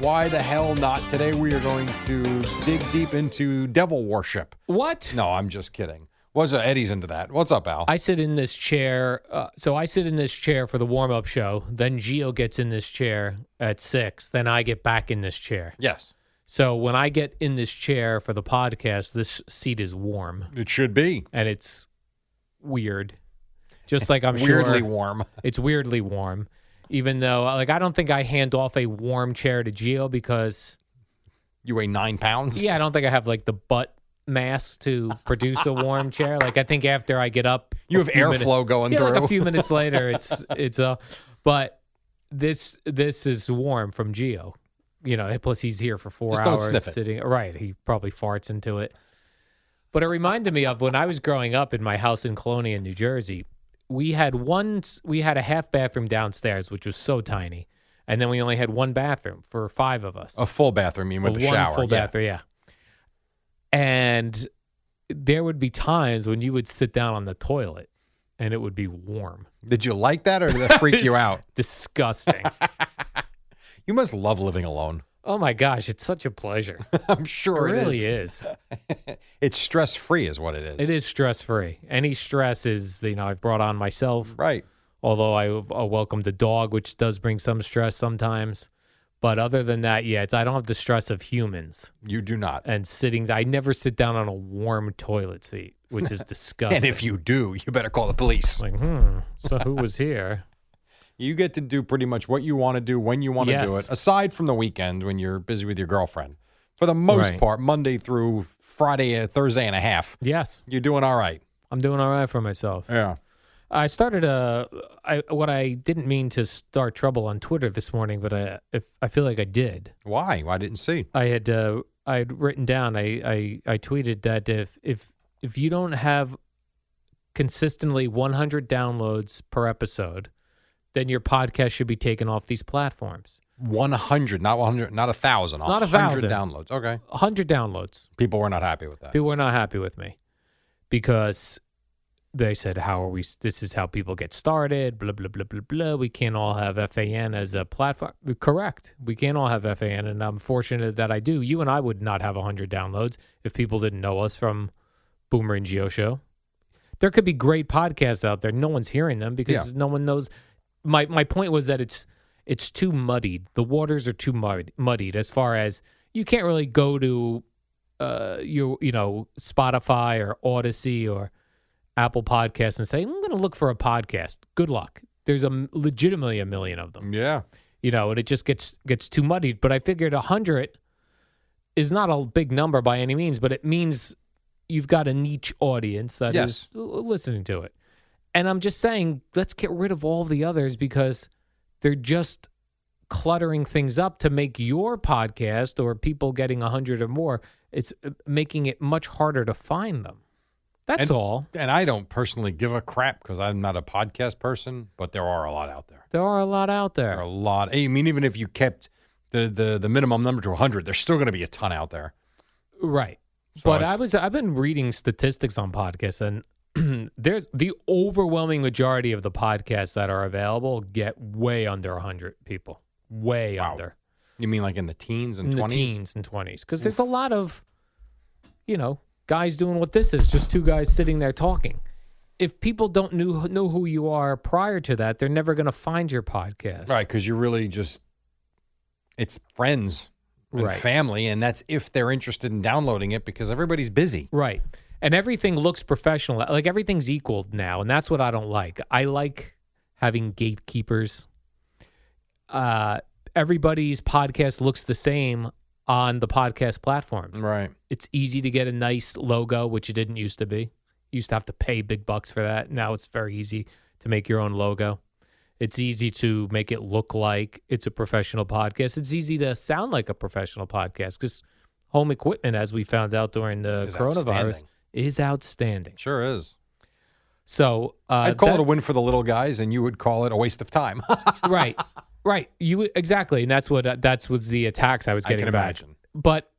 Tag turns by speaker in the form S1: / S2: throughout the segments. S1: Why the hell not? Today we are going to dig deep into devil worship.
S2: What?
S1: No, I'm just kidding. What's up? Eddie's into that. What's up, Al?
S2: I sit in this chair. Uh, so I sit in this chair for the warm up show. Then Gio gets in this chair at six. Then I get back in this chair.
S1: yes,
S2: So when I get in this chair for the podcast, this seat is warm
S1: it should be.
S2: and it's weird. Just like I'm
S1: Weirdly
S2: sure
S1: warm.
S2: it's weirdly warm. Even though, like, I don't think I hand off a warm chair to Gio because
S1: You weigh nine pounds?
S2: Yeah, I don't think I have like the butt mass to produce a warm chair. Like I think after I get up,
S1: You
S2: a
S1: have
S2: few minute-
S1: airflow going
S2: Yeah,
S1: through.
S2: like a few minutes later, it's it's a. But this this is warm from Geo. You know, plus he's here for four
S1: Just don't
S2: hours
S1: sniff it.
S2: sitting. Right, he probably farts into it. But it reminded me of when I was growing up in my house in Colonia, New Jersey. We had one. We had a half bathroom downstairs, which was so tiny, and then we only had one bathroom for five of us
S1: A full bathroom, you mean, with
S2: a
S1: the shower.
S2: full
S1: yeah.
S2: bathroom, yeah. And there would be times when you would sit down on the toilet and it would be warm.
S1: Did you like that or did that freak you
S2: It's
S1: out?
S2: Disgusting.
S1: You must love living alone.
S2: oh my gosh, it's such a pleasure.
S1: I'm
S2: It
S1: sure
S2: really
S1: it is.
S2: is.
S1: It's stress free, is what it is.
S2: It is stress free. Any stress is, you know, I've brought on myself,
S1: Right.
S2: although I uh, welcome the dog, which does bring some stress sometimes. But other than that, yeah, it's, I don't have the stress of humans
S1: You do not.
S2: and sitting. I never sit down on a warm toilet seat, which is disgusting.
S1: And if you do, you better call the police.
S2: Like, hmm. So who was here?
S1: You get to do pretty much what you want to do when you want to do
S2: Yes.
S1: it, aside from the weekend when you're busy with your girlfriend. For the most
S2: Right.
S1: part, Monday through Friday, uh, Thursday and a half,
S2: Yes,
S1: you're doing all right.
S2: I'm doing all right for myself.
S1: Yeah.
S2: I started a, I what I didn't mean to start trouble on Twitter this morning, but I if, I feel like I did.
S1: Why? I didn't see.
S2: I had uh, I had written down. I, I I tweeted that if if if you don't have consistently 100 downloads per episode, then your podcast should be taken off these platforms.
S1: 100, not 100, not a thousand.
S2: Not a
S1: 100
S2: thousand.
S1: downloads. Okay.
S2: 100 downloads.
S1: People were not happy with that.
S2: People were not happy with me because they said, "How are we? This is how people get started." Blah blah blah blah blah. We can't all have FAN as a platform. Correct. We can't all have FAN, and I'm fortunate that I do. You and I would not have 100 downloads if people didn't know us from Boomer and Geo Show. There could be great podcasts out there. No one's hearing them because no one knows. My my point was that it's it's too muddied. The waters are too mud, muddied as far as you can't really go to uh, your you know Spotify or Odyssey or Apple Podcasts and say I'm going to look for a podcast. Good luck. There's a m- legitimately a million of them,
S1: Yeah.
S2: you know, and it just gets gets too muddied. But I figured a hundred is not a big number by any means, but it means you've got a niche audience that is
S1: Yes.
S2: l- listening to it. And I'm just saying, let's get rid of all the others because they're just cluttering things up to make your podcast or people getting 100 or more it's uh, making it much harder to find them that's
S1: And-
S2: all
S1: And I don't personally give a crap because I'm not a podcast person, but there are a lot out there.
S2: there are a lot out there
S1: There are a lot. I mean, even if you kept the, the, the minimum number to 100, there's still going to be a ton out there.
S2: right
S1: So
S2: but
S1: it's-
S2: i was i've been reading statistics on podcasts and there's the overwhelming majority of the podcasts that are available get way under 100 people way
S1: Wow.
S2: under
S1: You mean like in the teens
S2: in
S1: and
S2: the
S1: twenties? Hmm.
S2: teens and 20s because there's a lot of you know guys doing what this is just two guys sitting there talking if people don't knew, know who you are prior to that they're never going to find your podcast
S1: Right, because you're really just it's friends and
S2: Right.
S1: family, and that's if they're interested in downloading it because everybody's busy.
S2: right and everything looks professional like everything's equaled now and that's what i don't like i like having gatekeepers uh everybody's podcast looks the same on the podcast platforms
S1: Right.
S2: it's easy to get a nice logo, which it didn't used to be. You used to have to pay big bucks for that. Now it's very easy to make your own logo. It's easy to make it look like it's a professional podcast. It's easy to sound like a professional podcast because home equipment, as we found out during the
S1: Is
S2: coronavirus,
S1: outstanding.
S2: is outstanding.
S1: Sure is.
S2: So uh,
S1: I'd call it a
S2: that's-
S1: win for the little guys, and you would call it a waste of time.
S2: right, right. You exactly, and that's what uh, that's was the attacks I was
S1: I can
S2: getting back.
S1: imagine.
S2: but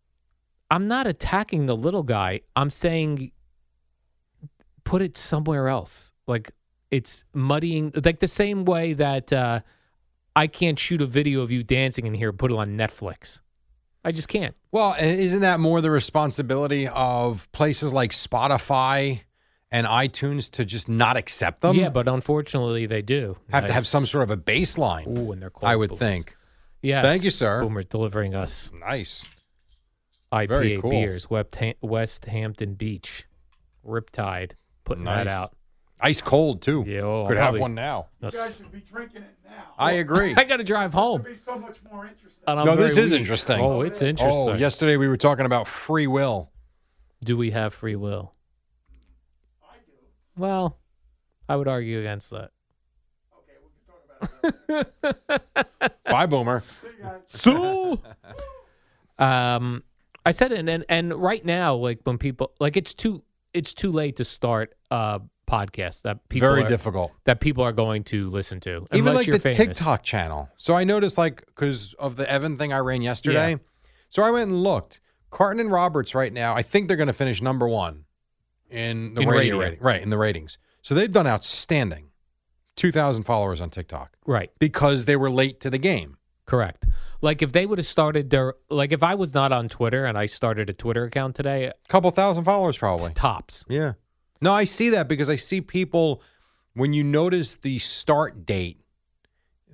S2: I'm not attacking the little guy. I'm saying put it somewhere else. Like it's muddying, like the same way that uh, I can't shoot a video of you dancing in here, put it on Netflix. I just can't.
S1: Well, i- isn't that more the responsibility of places like Spotify and iTunes to just not accept them?
S2: yeah, but unfortunately they do.
S1: have to have
S2: Nice.
S1: some sort of a baseline.
S2: Ooh, and they're cold
S1: I would
S2: boomers.
S1: think.
S2: Yes.
S1: Thank you, sir.
S2: Boomer delivering us
S1: Nice. Very
S2: IPA
S1: cool.
S2: beers, Wep- Ta- West Hampton Beach, Riptide, putting
S1: Nice.
S2: that out.
S1: Ice cold too.
S2: Yeah, oh, I'll
S1: Could have
S2: probably-
S1: one now.
S2: That's-
S1: I agree.
S2: I got to drive home. And I'm
S1: No, this
S2: very
S1: is
S2: weak.
S1: interesting.
S2: Oh, it's interesting.
S1: Oh, yesterday we were talking about free will.
S2: Do we have free will? I do. Well, I would argue against that.
S1: Bye, Boomer.
S2: So, um, I said it, and- and and right now, like when people like, it's too it's too late to start a podcast that people
S1: Very
S2: are,
S1: difficult.
S2: that people are going to listen to.
S1: Even
S2: unless
S1: like
S2: you're
S1: the
S2: famous.
S1: TikTok channel. So I noticed like because of the Evan thing I ran yesterday. So I went and looked. Carton and Roberts right now. I think they're going to finish number one in the
S2: In
S1: radio,
S2: radio.
S1: rating. Right in the ratings. So they've done outstanding. Two thousand followers on TikTok
S2: right?
S1: because they were late to the game.
S2: Correct. Like if they would have started their like if I was not on Twitter and I started a Twitter account today,
S1: Couple thousand followers probably.
S2: it's tops.
S1: Yeah. No, I see that because I see people when you notice the start date,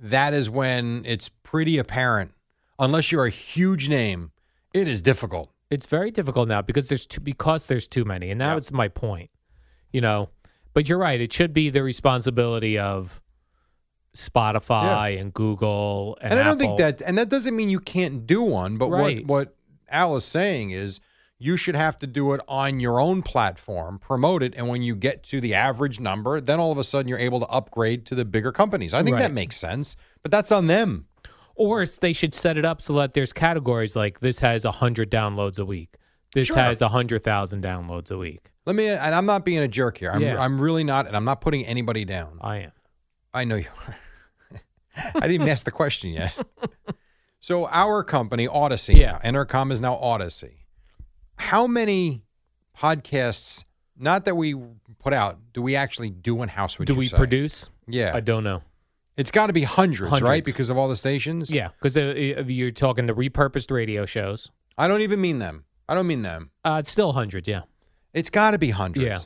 S1: that is when it's pretty apparent. Unless you're a huge name, it is difficult.
S2: It's very difficult now because there's too, because there's too many, and that
S1: Yeah.
S2: was my point. You know, but you're right. It should be the responsibility of Spotify and Google and,
S1: And, I don't think
S2: Apple.
S1: that and that doesn't mean you can't do one, but
S2: Right.
S1: what what Al is saying is you should have to do it on your own platform, promote it, and when you get to the average number, then all of a sudden you're able to upgrade to the bigger companies. I think
S2: Right.
S1: that makes sense, but that's on them.
S2: or s- they should set it up so that there's categories like this has hundred downloads a week. This
S1: Sure.
S2: has has hundred thousand downloads a week.
S1: Let me, and I'm not being a jerk here. I'm,
S2: Yeah.
S1: I'm really not, and I'm not putting anybody down.
S2: I am
S1: I know you are. I didn't even ask the question yet. So our company, Odyssey,
S2: Yeah.
S1: now, Entercom is now Odyssey. How many podcasts, not that we put out, do we actually do in house? Would
S2: Do
S1: you
S2: we
S1: say?
S2: produce?
S1: Yeah,
S2: I don't know.
S1: it's got to be hundreds, right?
S2: Hundreds.
S1: Because of all the stations.
S2: Yeah, because you're talking the repurposed radio shows.
S1: I don't even mean them. I don't mean them.
S2: Uh, it's still hundreds. Yeah.
S1: It's got to be hundreds.
S2: Yeah.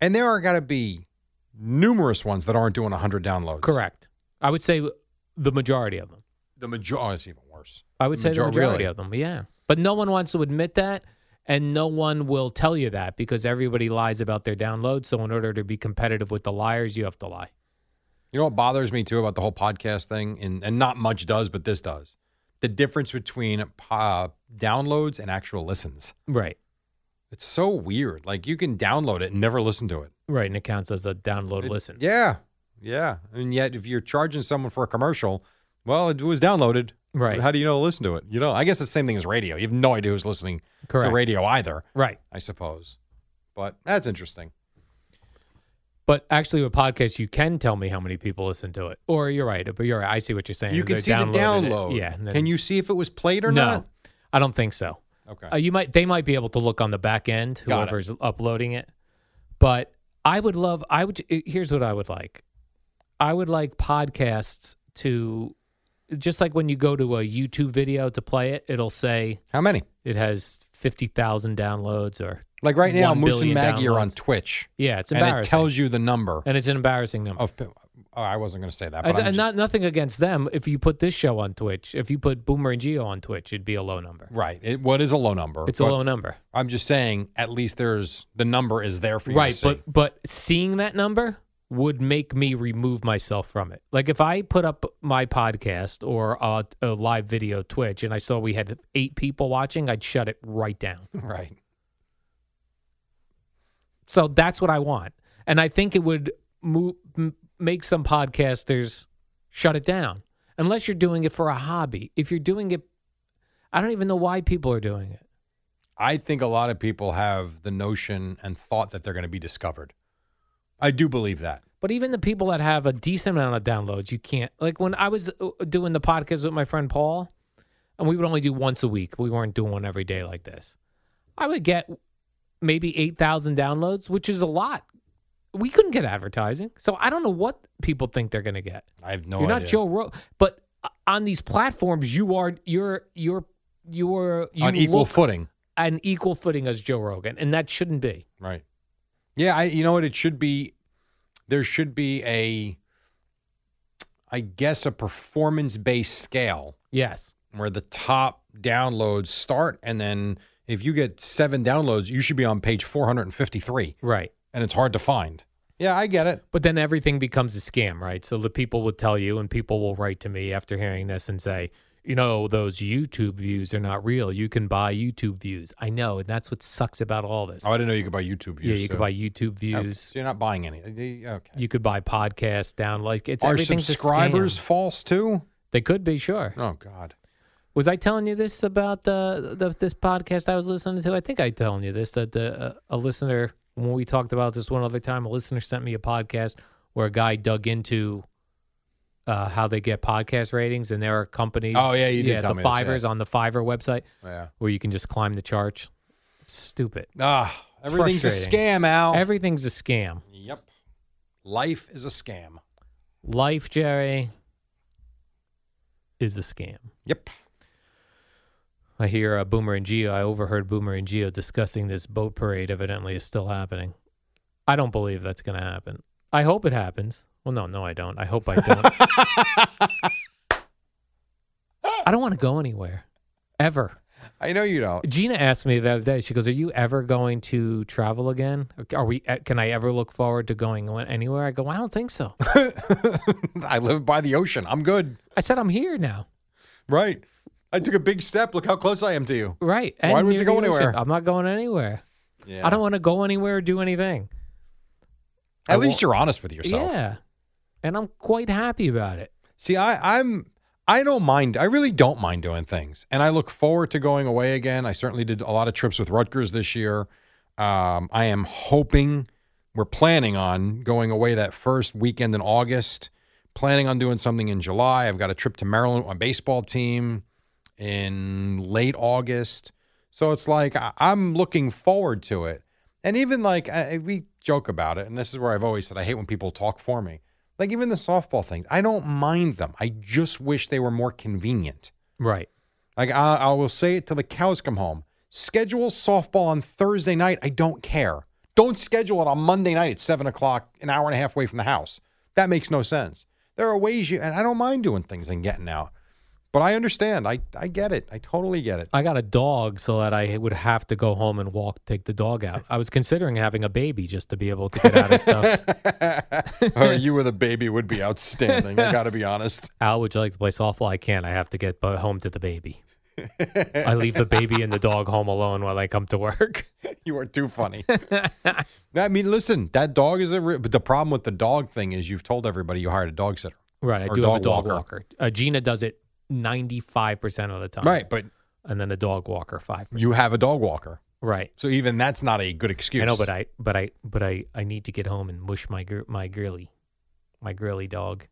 S1: and there are got to be numerous ones that aren't doing hundred downloads.
S2: Correct. I would say the majority of them.
S1: The majority. It's even worse.
S2: I would say the
S1: Major-
S2: majority
S1: really?
S2: of them. Yeah, but no one wants to admit that, and no one will tell you that because everybody lies about their downloads. So in order to be competitive with the liars, you have to lie.
S1: You know what bothers me too about the whole podcast thing, and, and not much does, but this does. The difference between uh, downloads and actual listens.
S2: Right.
S1: It's so weird. Like you can download it and never listen to it.
S2: Right, and it counts as a download
S1: It-
S2: listen.
S1: Yeah, yeah. And yet, if you're charging someone for a commercial, well, it was downloaded.
S2: Right.
S1: But How do you know to listen to it? You know, I guess it's the same thing as radio. You have no idea who's listening
S2: Correct.
S1: to radio either.
S2: Right.
S1: I suppose, but that's interesting.
S2: But actually, with podcasts, you can tell me how many people listen to it. Or you're right. But you're right. I see what you're saying.
S1: you can
S2: They
S1: see the
S2: downloaded it.
S1: download.
S2: Yeah. and then-
S1: can you see if it was played or
S2: no,
S1: not?
S2: I don't think so.
S1: Okay.
S2: Uh, you might they might be able to look on the back end
S1: Got it.
S2: whoever's uploading it. But I would love I would here's what I would like. I would like podcasts to just like when you go to a YouTube video to play it, it'll say
S1: How many?
S2: it has fifty thousand downloads or
S1: Like right now,
S2: One
S1: Moose and
S2: billion
S1: Maggie are on
S2: downloads.
S1: Twitch,
S2: yeah, it's
S1: and
S2: embarrassing.
S1: it tells you the number
S2: and it's an embarrassing number.
S1: of. pe- Oh, I wasn't going to say that.
S2: I
S1: But
S2: said-
S1: I'm just-
S2: not nothing against them. If you put this show on Twitch, if you put Boomer and Geo on Twitch, it'd be a low number.
S1: right. It, what is a low number?
S2: It's
S1: but
S2: a low number,
S1: I'm just saying. At least there's the number is there for you. to
S2: right?
S1: see.
S2: But but seeing that number would make me remove myself from it. Like if I put up my podcast or a, a live video Twitch and I saw we had eight people watching, I'd shut it right down.
S1: right.
S2: So that's what I want, and I think it would move, m- make some podcasters shut it down, unless you're doing it for a hobby. If you're doing it, I don't even know why people are doing it.
S1: I think a lot of people have the notion and thought that they're going to be discovered. I do believe that.
S2: But even the people that have a decent amount of downloads, you can't. Like when I was uh, doing the podcast with my friend Paul, and we would only do once a week. We weren't doing one every day like this. I would get maybe 8,000 downloads, which is a lot. We couldn't get advertising. So I don't know what people think they're going to get.
S1: I have no
S2: You're
S1: idea.
S2: not Joe Rogan, but uh, on these platforms, you are you're you're you're you
S1: on equal
S2: look
S1: footing.
S2: on equal footing as Joe Rogan, and that shouldn't be.
S1: Right. Yeah, I you know what it should be there should be a I guess a performance-based scale
S2: Yes,
S1: where the top downloads start and then if you get 7 downloads, you should be on page 453
S2: right.
S1: and it's hard to find. Yeah, I get it.
S2: But then everything becomes a scam, right? So the people will tell you, and people will write to me after hearing this and say, you know, those YouTube views are not real. You can buy YouTube views. I know, and that's what sucks about all this.
S1: Oh, I didn't know you could buy YouTube
S2: yeah,
S1: views.
S2: you
S1: so-
S2: could buy YouTube
S1: Oh,
S2: views.
S1: so you're not buying any. The- Okay.
S2: You could buy podcasts down. Like it's
S1: Are
S2: everything's a scam.
S1: subscribers false too?
S2: They could be sure.
S1: Oh god.
S2: Was I telling you this about the, the this podcast I was listening to? I think I telling you this that the uh, a listener when we talked about this one other time, a listener sent me a podcast where a guy dug into uh, how they get podcast ratings, and there are companies.
S1: Oh, yeah, you did
S2: yeah,
S1: tell
S2: the
S1: me this, yeah.
S2: Fivers on the Fiverr website
S1: Yeah.
S2: where you can just climb the charts. Stupid.
S1: Ah,
S2: It's
S1: everything's a
S2: frustrating.
S1: scam, Al.
S2: Everything's a scam.
S1: yep. Life is a scam.
S2: Life, Jerry, is a scam.
S1: Yep.
S2: I hear uh, Boomer and Geo. I overheard Boomer and Geo discussing this boat parade. Evidently, is still happening. I don't believe that's going to happen. I hope it happens. Well, no, no, I don't. I hope I don't. I don't want to go anywhere, ever.
S1: I know you don't.
S2: Gina asked me the other day. She goes, "Are you ever going to travel again? Are we? uh, Can I ever look forward to going anywhere?" I go, "I don't think so."
S1: I live by the ocean. I'm good.
S2: I said, "I'm here now."
S1: Right. I took a big step. Look how close I am to you.
S2: Right?
S1: Why
S2: and
S1: would you
S2: near
S1: go
S2: the ocean.
S1: anywhere?
S2: I'm not going anywhere.
S1: Yeah.
S2: I don't want to go anywhere or do anything.
S1: At
S2: I
S1: least
S2: won't-
S1: you're honest with yourself.
S2: Yeah, and I'm quite happy about it.
S1: See, I, I'm I don't mind. I really don't mind doing things, and I look forward to going away again. I certainly did a lot of trips with Rutgers this year. Um, I am hoping we're planning on going away that first weekend in August. Planning on doing something in July. I've got a trip to Maryland with my baseball team in late August. So it's like I- I'm looking forward to it. And even like I, we joke about it, and this is where I've always said I hate when people talk for me. Like even the softball things, I don't mind them. I just wish they were more convenient.
S2: Right.
S1: Like I, I will say it till the cows come home. Schedule softball on Thursday night. I don't care. Don't schedule it on Monday night at seven o'clock, an hour and a half away from the house. That makes no sense. There are ways you, and I don't mind doing things and getting out, but I understand. I I get it. I totally get it.
S2: I got a dog so that I would have to go home and walk, take the dog out. I was considering having a baby just to be able to get out of stuff.
S1: oh, you with a baby would be outstanding. I got to be honest.
S2: Al, would you like to play softball? I can't. I have to get bu- home to the baby. I leave the baby and the dog home alone while I come to work.
S1: You are too funny. I mean, listen, that dog is a. Re- but the problem with the dog thing is you've told everybody you hired a dog sitter.
S2: Right. I
S1: Or
S2: do have a
S1: dog
S2: dog
S1: walker.
S2: walker. Uh, Gina does it 95% of the time.
S1: Right, but
S2: And then a dog walker 5%.
S1: you have a dog walker,
S2: right.
S1: so even that's not a good excuse.
S2: I know, but I, but I, but I, I need to get home and mush my, gir- my girly, my girly dog.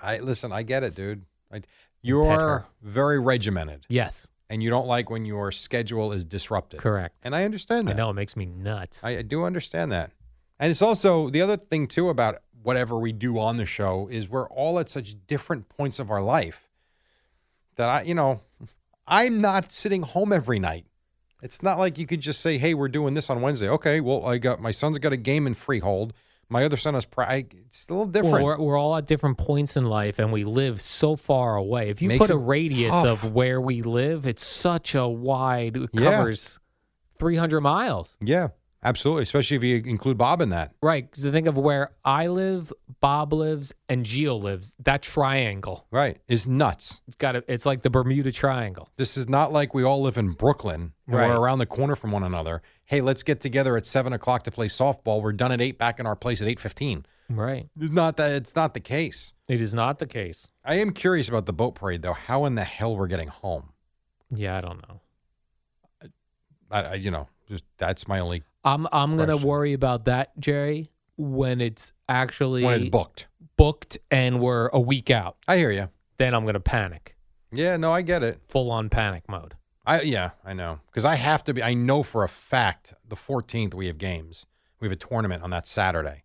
S1: I listen. I get it, dude. I,
S2: her.
S1: you're very regimented,
S2: Yes.
S1: and you don't like when your schedule is disrupted.
S2: Correct.
S1: And I understand
S2: I
S1: that.
S2: know it makes me nuts.
S1: I, I do understand that. And it's also the other thing too about whatever we do on the show is we're all at such different points of our life. that I, you know, I'm not sitting home every night. It's not like you could just say, "Hey, we're doing this on Wednesday." Okay, well, I got my son's got a game in Freehold. My other son has. Pri- I- it's a little different.
S2: Well, we're, we're all at different points in life and we live so far away. If you
S1: Makes
S2: put a
S1: it
S2: radius
S1: tough.
S2: of where we live, it's such a wide, it
S1: Yeah.
S2: covers 300 miles.
S1: yeah, absolutely. Especially if you include Bob in that.
S2: Right. 'cause think of where I live, Bob lives, and Geo lives. That triangle.
S1: Right, is nuts.
S2: It's got a, it's like the Bermuda Triangle.
S1: This is not like we all live in Brooklyn and
S2: Right.
S1: we're around the corner from one another. Hey, let's get together at seven o'clock to play softball. We're done at eight, back in our place at eight fifteen.
S2: Right.
S1: It's not that. It's not the case.
S2: It is not the case.
S1: I am curious about the boat parade, though. How in the hell we're getting home?
S2: Yeah, I don't know.
S1: I, I you know, just that's my only
S2: I'm I'm going to
S1: Question.
S2: worry about that, Jerry, when it's actually
S1: when it's booked.
S2: booked and we're a week out.
S1: I hear you.
S2: Then I'm going to panic.
S1: Yeah, no, I get it.
S2: Full on panic mode.
S1: I yeah, I know because I have to be. I know for a fact the fourteenth we have games. We have a tournament on that Saturday,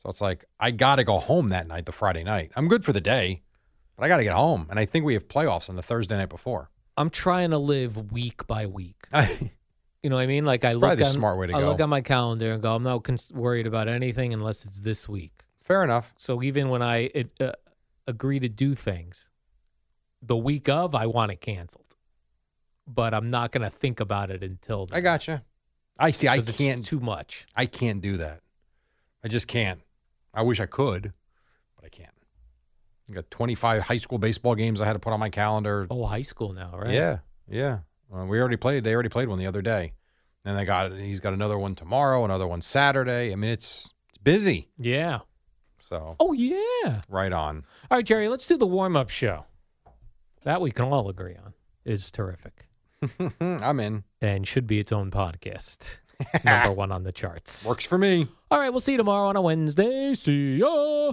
S1: so it's like I got to go home that night, the Friday night. I'm good for the day, but I got to get home. And I think we have playoffs on the Thursday night before.
S2: I'm trying to live week by week.
S1: I,
S2: You know what I mean? Like I
S1: probably
S2: look
S1: the
S2: on,
S1: smart way to
S2: I
S1: go.
S2: look on my calendar and go, I'm not cons- worried about anything unless it's this week.
S1: fair enough.
S2: So even when I it, uh, agree to do things, the week of I want it canceled, but I'm not going to think about it until
S1: I
S2: then,
S1: got you. I see. I
S2: 'cause it's
S1: can't.
S2: too much.
S1: I can't do that. I just can't. I wish I could, but I can't. I got 25 high school baseball games I had to put on my calendar.
S2: Oh, high school now, right?
S1: Yeah, yeah. Uh, we already played. They already played one the other day, and they got he's got another one tomorrow, another one Saturday. I mean, it's it's busy.
S2: yeah.
S1: So
S2: Oh yeah.
S1: right on.
S2: All right, Jerry, let's do the warm up show. That we can all agree on is terrific
S1: I'm in.
S2: and should be its own podcast. Number one on the charts.
S1: Works for me.
S2: All right, we'll see you tomorrow on a Wednesday. See ya.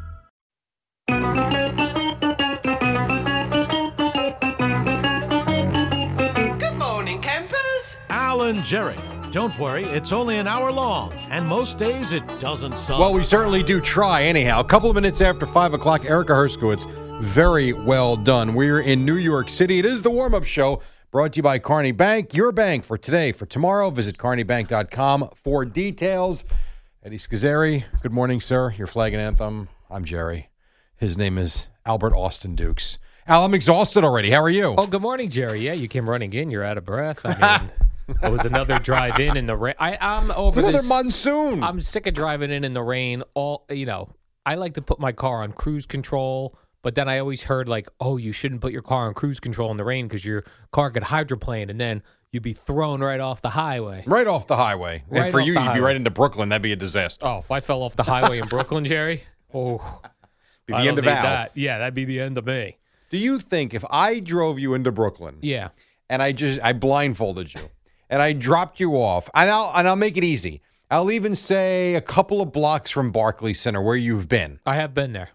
S3: Alan Jerry. Don't worry, it's only an hour long, and most days it doesn't suck.
S1: Well, we certainly do try. Anyhow, a couple of minutes after five o'clock, Erica Herskowitz. Very well done. We're in New York City. It is the warm up show brought to you by Carney Bank, your bank for today, for tomorrow. Visit carneybank.com for details. Eddie Scazzeri, good morning, sir. Your flag and anthem. I'm Jerry. His name is Albert Austin Dukes. Al, I'm exhausted already. How are you?
S2: Oh, good morning, Jerry. Yeah, you came running in. You're out of breath. I mean, it was another drive in in the rain. I, I'm
S1: it's
S2: over
S1: another
S2: this.
S1: monsoon.
S2: I'm sick of driving in in the rain. All you know, I like to put my car on cruise control, but then I always heard like, oh, you shouldn't put your car on cruise control in the rain because your car could hydroplane and then you'd be thrown right off the highway.
S1: right off the highway.
S2: Right
S1: and for
S2: off
S1: you,
S2: the
S1: you'd be
S2: highway.
S1: right into Brooklyn. That'd be a disaster.
S2: Oh, if I fell off the highway in Brooklyn, Jerry. Oh,
S1: Be the
S2: I
S1: end
S2: don't
S1: of
S2: need
S1: Al.
S2: that. Yeah, that'd be the end of me.
S1: Do you think if I drove you into Brooklyn
S2: Yeah.
S1: and I just I blindfolded you and I dropped you off and I'll and I'll make it easy. I'll even say a couple of blocks from Barclays Center where you've been.
S2: I have been there.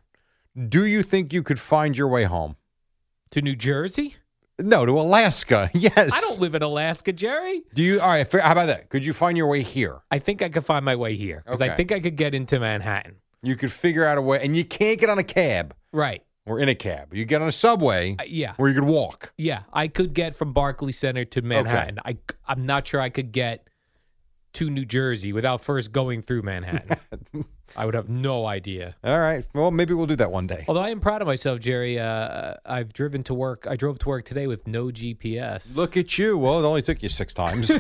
S1: Do you think you could find your way home?
S2: To New Jersey?
S1: No, to Alaska. Yes.
S2: I don't live in Alaska, Jerry.
S1: Do you? All right. fair- How about that? Could you find your way here?
S2: I think I could find my way here because I
S1: Okay.
S2: think I could get into Manhattan.
S1: You could figure out a way, and you can't get on a cab
S2: Right.
S1: or in a cab. You get on a subway
S2: Uh, yeah.
S1: where you could walk.
S2: Yeah. I could get from Barclays Center to Manhattan. I, I'm not sure I could get to New Jersey without first going through Manhattan. I would have no idea.
S1: All right. Well, maybe we'll do that one day.
S2: Although I am proud of myself, Jerry. Uh, I've driven to work. I drove to work today with no GPS.
S1: Look at you. Well, it only took you six times,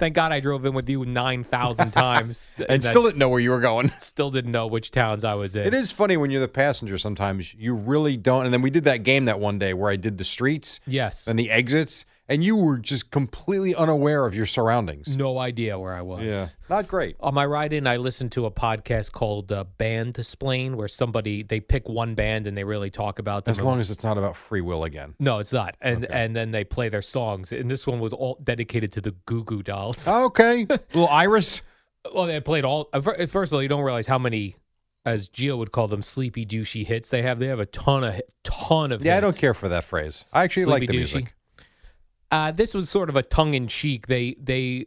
S2: Thank God I drove in with you 9,000 times.
S1: and still
S2: that's-
S1: didn't know where you were going.
S2: still didn't know which towns I was in.
S1: It is funny when you're the passenger sometimes you really don't and then we did that game that one day where I did the streets
S2: Yes.
S1: and the exits and you were just completely unaware of your surroundings.
S2: No idea where I was.
S1: Yeah, not great.
S2: On my ride in, I listened to a podcast called uh, Band Splain, where somebody they pick one band and they really talk about them.
S1: As long as it's not about free will again.
S2: no, it's not. And and then they play their songs. And this one was all dedicated to the Goo Goo Dolls.
S1: Oh. Okay, little Iris.
S2: Well, they played all. at fir- at First of all, you don't realize how many, as Gio would call them, sleepy douchey hits they have. They have a ton of hit- ton of.
S1: Yeah, I
S2: hits.
S1: don't care for that phrase. I actually like the
S2: Sleepy douchey.
S1: music.
S2: Uh, this was sort of a tongue in cheek. They they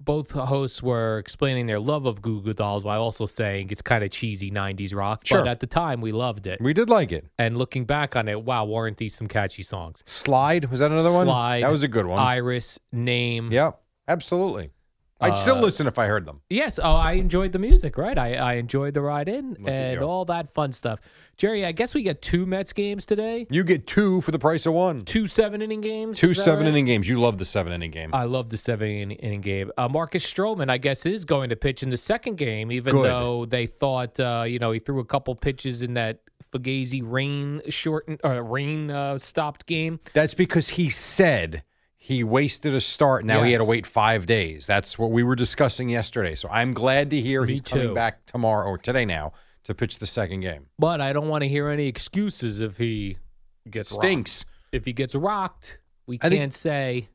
S2: both hosts were explaining their love of Goo Goo Dolls while also saying it's kind of cheesy '90s rock.
S1: Sure.
S2: But at the time, we loved it.
S1: We did like it.
S2: And looking back on it, wow, weren't these some catchy songs?
S1: Slide was that another one?
S2: Slide,
S1: That was a good one.
S2: Iris, Name.
S1: Yep, absolutely. I'd
S2: Uh,
S1: still listen if I heard them.
S2: Yes. Oh, I enjoyed the music, right? I, I enjoyed the ride in
S1: Look at
S2: and
S1: you.
S2: all that fun stuff. Jerry, I guess we get two Mets games today.
S1: You get two for the price of one.
S2: Two seven inning games.
S1: Two
S2: is that
S1: seven
S2: right?
S1: inning games. You love the seven inning game.
S2: I love the seven inning, inning game. Uh, Marcus Stroman, I guess, is going to pitch in the second game, even
S1: Good.
S2: though they thought, uh, you know, he threw a couple pitches in that Fugazi rain shortened uh, rain uh, stopped game.
S1: That's because he said he wasted a start. Now he had to
S2: Yes.
S1: wait five days. That's what we were discussing yesterday. So I'm glad to hear
S2: Me
S1: he's
S2: too.
S1: coming back tomorrow or today now to pitch the second game.
S2: But I don't want to hear any excuses if he gets rocked.
S1: Stinks.
S2: If he gets rocked, we
S1: I
S2: can't
S1: think-
S2: say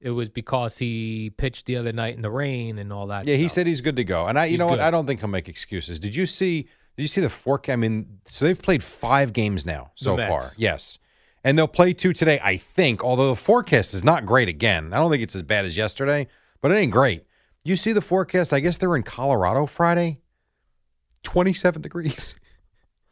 S2: it was because he pitched the other night in the rain and all that.
S1: yeah, he
S2: stuff.
S1: said he's good to go. And I, you
S2: He's
S1: know what?
S2: good.
S1: I don't think he'll make excuses. Did you see? Did you see the fork? I mean, so they've played five games now so
S2: The
S1: far.
S2: Mets.
S1: Yes, and they'll play two today, I think. Although the forecast is not great again. I don't think it's as bad as yesterday, but it ain't great. You see the forecast? I guess they're in Colorado Friday. Twenty-seven degrees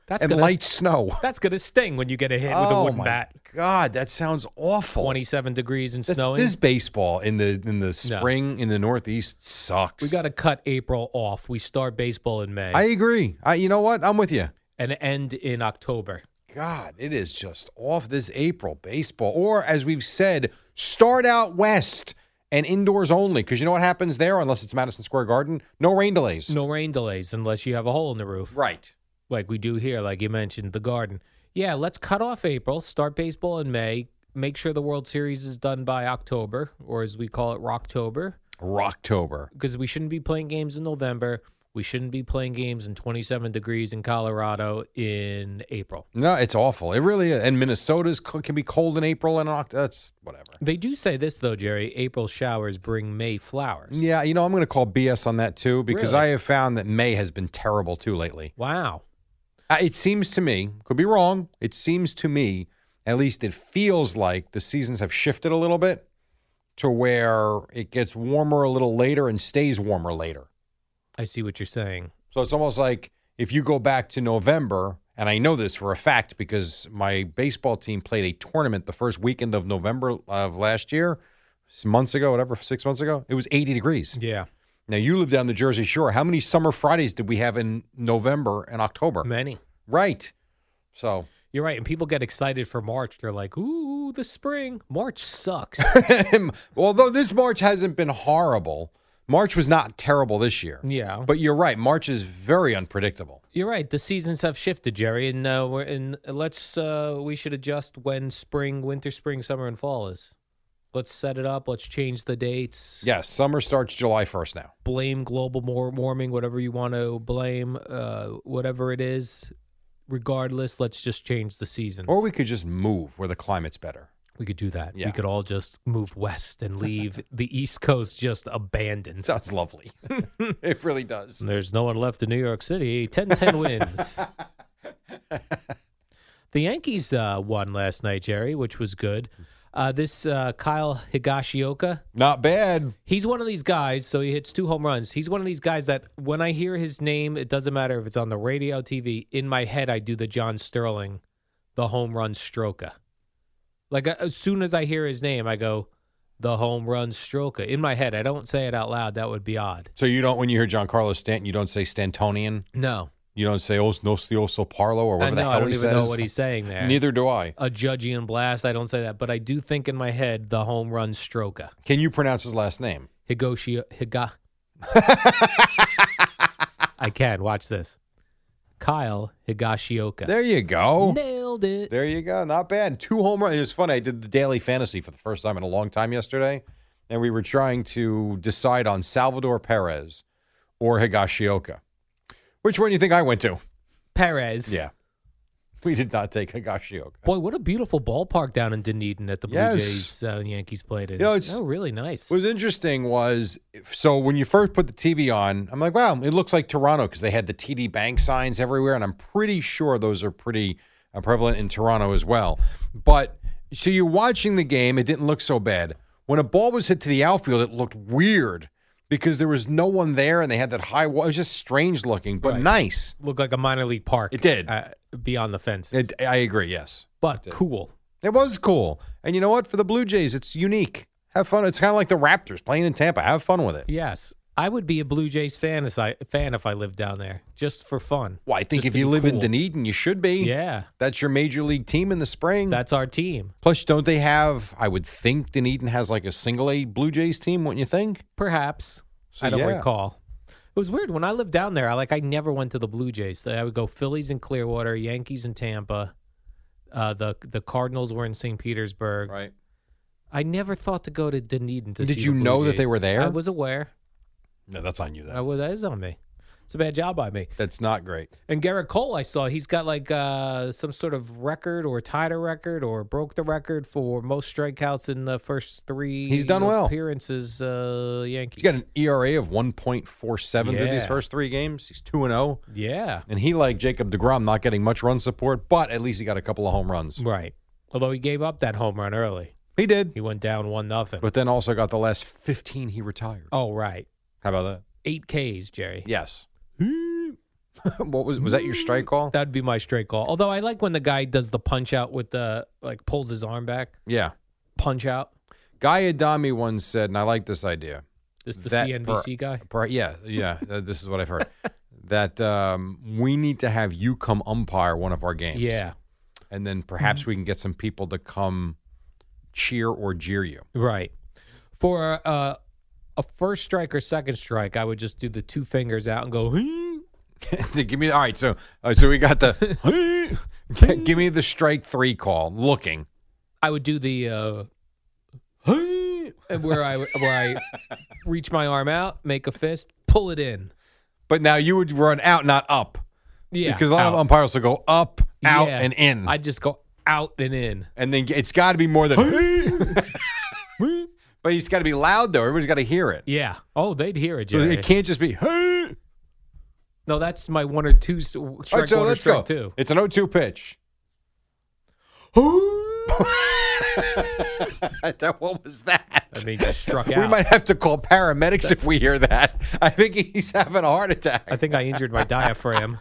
S2: that's
S1: and
S2: gonna,
S1: light snow.
S2: That's gonna sting when you get a hit with a
S1: oh
S2: wooden
S1: my
S2: bat.
S1: God, that sounds awful.
S2: Twenty-seven degrees and
S1: That's,
S2: snowing.
S1: this baseball in the in the spring in the Northeast sucks.
S2: We got to cut April off. We start baseball in May
S1: I agree. I, you know what? I'm with you.
S2: and end in October.
S1: God, it is just off this April baseball. Or as we've said, start out west and indoors only. Because you know what happens there, unless it's Madison Square Garden? No rain delays.
S2: No rain delays unless you have a hole in the roof,
S1: Right.
S2: like we do here, like you mentioned, the garden. Yeah, let's cut off April, start baseball in May, make sure the World Series is done by October, or as we call it, Rocktober,
S1: Rocktober.
S2: because we shouldn't be playing games in November. We shouldn't be playing games in 27 degrees in Colorado in April.
S1: No, it's awful. It really is. And Minnesota's co- can be cold in April and October. That's whatever.
S2: They do say this, though, Jerry April showers bring May flowers.
S1: Yeah, you know, I'm going to call BS on that too because
S2: Really?
S1: I have found that May has been terrible too lately.
S2: Wow.
S1: Uh, It seems to me, could be wrong. It seems to me, at least it feels like the seasons have shifted a little bit to where it gets warmer a little later and stays warmer later.
S2: I see what you're saying.
S1: So it's almost like if you go back to November, and I know this for a fact because my baseball team played a tournament the first weekend of November of last year, s- months ago, whatever, six months ago, it was 80 degrees.
S2: Yeah.
S1: Now you live down the Jersey Shore. How many summer Fridays did we have in November and October?
S2: Many.
S1: Right. So
S2: You're right. And people get excited for March. They're like, ooh, the spring. March sucks.
S1: although this March hasn't been horrible, March was not terrible this year.
S2: yeah. But
S1: But you're right, March is very unpredictable.
S2: you're right. The seasons have shifted, Jerry. And uh, we're in, let's, uh, we should adjust when spring, winter, spring, summer, and fall is. Let's set it up. Let's change the dates.
S1: Yes, summer starts July 1st now.
S2: Blame global mor- warming, whatever you want to blame, uh, whatever it is. Regardless, let's just change the seasons.
S1: Or we could just move where the climate's better.
S2: we could do that.
S1: Yeah.
S2: We could all just move west and leave the East Coast just abandoned.
S1: Sounds lovely. it really does.
S2: There's no one left in New York City. 10 10 wins. the Yankees uh, won last night, Jerry, which was good. Uh, this uh, Kyle Higashioka,
S1: Not bad.
S2: he's one of these guys, so he hits two home runs. He's one of these guys that when I hear his name, it doesn't matter if it's on the radio, TV, in my head, I do the John Sterling, the home run stroker. Like uh, as soon as I hear his name, I go, the home run stroker. In my head, I don't say it out loud. That would be odd.
S1: So you don't, when you hear John Carlos Stanton, you don't say Stantonian.
S2: No.
S1: You don't say Os Nostioso Parlo or
S2: I
S1: whatever
S2: know,
S1: the hell
S2: I don't
S1: he
S2: even
S1: says.
S2: know what he's saying there.
S1: Neither do I.
S2: a judgy and blast. I don't say that, but I do think in my head the home run stroka.
S1: Can you pronounce his last name?
S2: Higoshi Higa. I can watch this. Kyle Higashioka.
S1: There you go.
S2: Nailed it.
S1: There you go. Not bad. Two home runs. It was funny. I did the daily fantasy for the first time in a long time yesterday, and we were trying to decide on Salvador Perez or Higashioka. Which one do you think I went to?
S2: Perez.
S1: Yeah. We did not take Higashioka.
S2: Boy, what a beautiful ballpark down in Dunedin that the Blue
S1: Yes.
S2: Jays uh, Yankees played in.
S1: You know, it's-
S2: oh, really nice.
S1: What was interesting was so when you first put the TV on, I'm like, wow, it looks like Toronto because they had the TD Bank signs everywhere, and I'm pretty sure those are pretty uh, prevalent in Toronto as well. But so you're watching the game, it didn't look so bad. When a ball was hit to the outfield, it looked weird because there was no one there, and they had that high wall. It was just strange looking, but nice.
S2: Looked like a minor league park.
S1: It did.
S2: Uh, beyond the fences.
S1: It, I agree. Yes,
S2: but cool.
S1: it was cool, and you know what? For the Blue Jays, it's unique. Have fun. It's kind of like the Raptors playing in Tampa. Have fun with it.
S2: Yes. I would be a Blue Jays fan, as I, fan if I lived down there, just for fun.
S1: Well, I think
S2: Just
S1: if
S2: to
S1: you
S2: be
S1: live in
S2: cool.
S1: Dunedin, you should be.
S2: Yeah.
S1: That's your major league team in the spring.
S2: That's our team.
S1: Plus, don't they have, I would think Dunedin has like a single A Blue Jays team, wouldn't you think?
S2: Perhaps.
S1: So,
S2: I don't
S1: yeah.
S2: recall. It was weird when I lived down there. I like I never went to the Blue Jays. I would go Phillies and Clearwater, Yankees and Tampa. Uh, the the Cardinals were in St. Petersburg.
S1: Right.
S2: I never thought to go to Dunedin to
S1: Did
S2: see
S1: you
S2: the Blue
S1: know that they
S2: Jays.
S1: were there?
S2: I was aware.
S1: No, that's on you
S2: I was. That is on me. It's a bad job by me.
S1: That's not great.
S2: And Garrett Cole, I saw he's got like uh, some sort of record or tied a record or broke the record for most strikeouts in the first three.
S1: He's done well.
S2: appearances. Uh, Yankees.
S1: He's got an ERA of 1.47 through these
S2: Yeah.
S1: first three games. He's 2 and 0.
S2: yeah,
S1: And he, like Jacob DeGrom, not getting much run support, but at least he got a couple of home runs.
S2: right. Although he gave up that home run early,
S1: He did.
S2: he went down one nothing.
S1: But then also got the last 15 he retired.
S2: oh right,
S1: How about that?
S2: eight Ks, Jerry.
S1: Yes. what was was that your strike call?
S2: That'd be my straight call. Although I like when the guy does the punch out with the like pulls his arm back,
S1: Yeah.
S2: punch out.
S1: Guy Adami once said, and I like this idea.
S2: Just the
S1: That
S2: CNBC guy.
S1: Per- yeah, yeah. uh, this is what I've heard. that um, we need to have you come umpire one of our games.
S2: Yeah,
S1: And then perhaps we can get some people to come cheer or jeer you.
S2: Right. For uh, a first strike or second strike, I would just do the two fingers out and go. "Hmm."
S1: To give me all right. So, uh, so we got the. give me the strike three call. Looking.
S2: I would do the uh, "Hmm," and where I where I reach my arm out, make a fist, pull it in.
S1: But now you would run out, not up,
S2: Yeah,
S1: because a lot
S2: out.
S1: of umpires will go up, out,
S2: Yeah.
S1: and in,
S2: I just go out and in.
S1: and then it's got to be more than. but it's got to be loud though. Everybody's got to hear it.
S2: Yeah. Oh, they'd hear it,
S1: So
S2: Jerry.
S1: it can't just be. "Hey."
S2: no, that's my one or two s- strike
S1: All right, so
S2: one or
S1: let's
S2: strike
S1: go.
S2: two.
S1: It's an 0-2 pitch. that what was that?
S2: I mean, just struck out.
S1: we might have to call paramedics if we hear that. I think he's having a heart attack.
S2: I think I injured my diaphragm.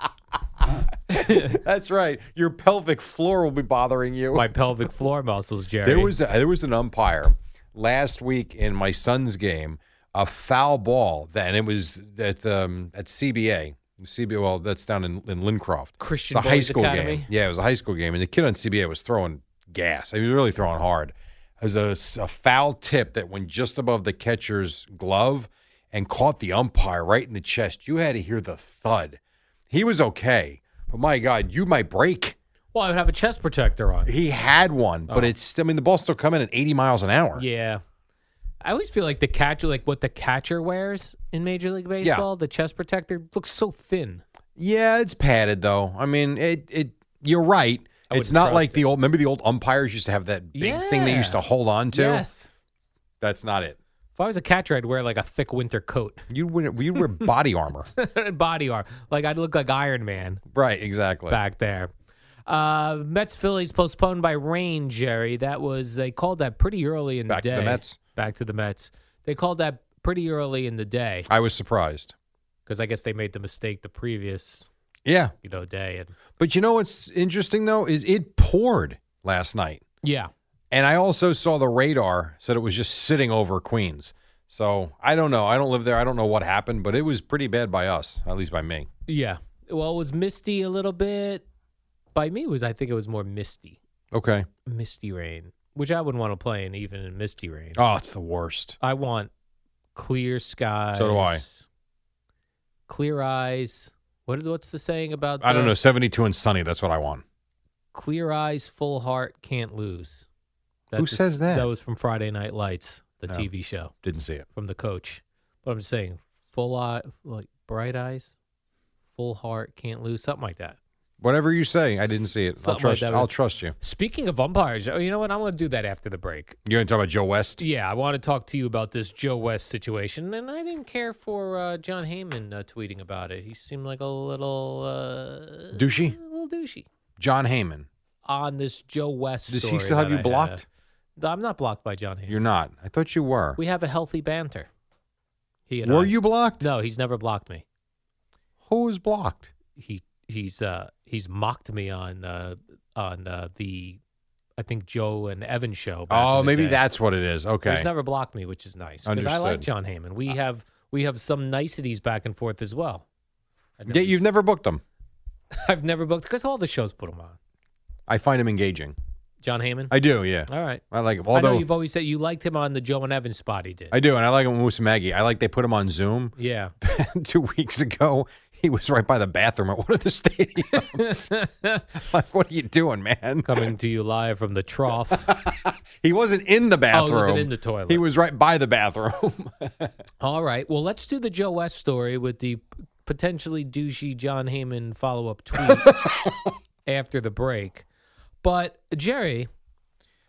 S1: That's right. Your pelvic floor will be bothering you.
S2: My pelvic floor muscles, Jerry.
S1: There was a, there was an umpire last week in my son's game, a foul ball. Then it was at um, at CBA. CBA. Well, that's down in, in Lincroft.
S2: Christian
S1: It's a high
S2: Boys
S1: school
S2: Academy?
S1: game. Yeah, it was a high school game, and the kid on CBA was throwing gas. He was really throwing hard. It was a, s- a foul tip that went just above the catcher's glove and caught the umpire right in the chest. You had to hear the thud. He was okay, but my God, you might break.
S2: well, I would have a chest protector on.
S1: He had one, but
S2: Oh.
S1: it's. I mean, the ball's still coming at 80 miles an hour.
S2: Yeah. I always feel like the catcher, like what the catcher wears in Major League Baseball, the chest protector looks so thin.
S1: Yeah, it's padded though. I mean, it. It. You're right.
S2: I
S1: It's
S2: wouldn't
S1: not
S2: trust
S1: like
S2: it.
S1: the old. Remember the old umpires used to have that big thing they used to
S2: Yeah.
S1: hold on to.
S2: Yes.
S1: That's not it.
S2: If I was a catcher, I'd wear like a thick winter coat
S1: You would. You wear body armor.
S2: and body armor. Like I'd look like Iron Man
S1: Right. Exactly.
S2: back there. Uh, Mets Phillies postponed by rain, Jerry. That was they called that pretty early in
S1: Back to
S2: the
S1: the
S2: day.
S1: Mets.
S2: Back to the Mets. They called that pretty early in the day
S1: I was surprised.
S2: because I guess they made the mistake the previous
S1: Yeah,
S2: you know day. And
S1: but you know what's interesting though is it poured last night,
S2: yeah,
S1: and I also saw the radar said it was just sitting over Queens. So I don't know. I don't live there. I don't know what happened, but it was pretty bad by us, at least by me.
S2: Yeah. Well, it was misty a little bit. By me, it was I think it was more misty,
S1: Okay.
S2: misty rain, which I wouldn't want to play in even in misty rain.
S1: Oh, it's the worst.
S2: I want clear skies.
S1: I.
S2: Clear eyes, What is what's the saying about?
S1: I don't
S2: the
S1: know. 72 and sunny. That's what I want.
S2: Clear eyes, full heart, can't lose.
S1: Who says that? Oh.
S2: That was from Friday Night Lights, the
S1: No.
S2: TV show
S1: Didn't see it.
S2: from the coach. But I'm just saying, full eye, like bright eyes, full heart, can't lose, something like that.
S1: Whatever you say, I didn't see it. I'll
S2: Something like
S1: trust.
S2: that.
S1: I'll trust you.
S2: Speaking of umpires, oh, you know what? I'm going to do that after the break.
S1: You're going to talk about Joe West.
S2: Yeah, I want to talk to you about this Joe West situation, and I didn't care for uh, John Heyman uh, tweeting about it. He seemed like a little uh,
S1: Douchey?
S2: a little douchey
S1: John Heyman.
S2: on this Joe West.
S1: Does he
S2: story
S1: still
S2: that
S1: have you
S2: I had, uh,
S1: blocked?
S2: I'm not blocked by John Heyman.
S1: You're not. I thought you were.
S2: We have a healthy banter. He and
S1: were
S2: I.
S1: you blocked?
S2: No, he's never blocked me.
S1: Who was blocked?
S2: He he's uh he's mocked me on uh on uh, the I think Joe and Evan show. back in
S1: Oh,
S2: the
S1: maybe
S2: day.
S1: that's what it is.
S2: But
S1: Okay.
S2: He's never blocked me, which is nice because I like
S1: Understood. Uh,
S2: John Heyman. We have we have some niceties back and forth as well. I know
S1: yeah, you've
S2: he's-
S1: never booked him.
S2: I've never booked because all the shows put him on.
S1: I find him engaging.
S2: John Heyman.
S1: I do. Yeah.
S2: all right.
S1: I like him.
S2: I know
S1: Although
S2: you've always said you liked him on the Joe and Evan spot. He did.
S1: I do, and I like him with Moose and Maggie. I like they put him on Zoom
S2: yeah.
S1: two weeks ago. He was right by the bathroom at one of the stadiums. like, what are you doing, man?
S2: Coming to you live from the trough.
S1: He wasn't in the
S2: Oh, he
S1: bathroom.
S2: wasn't in the toilet.
S1: He was right by the bathroom.
S2: all right. Well, let's do the Joe West story with the potentially douchey John Heyman follow up tweet after the break. But Jerry,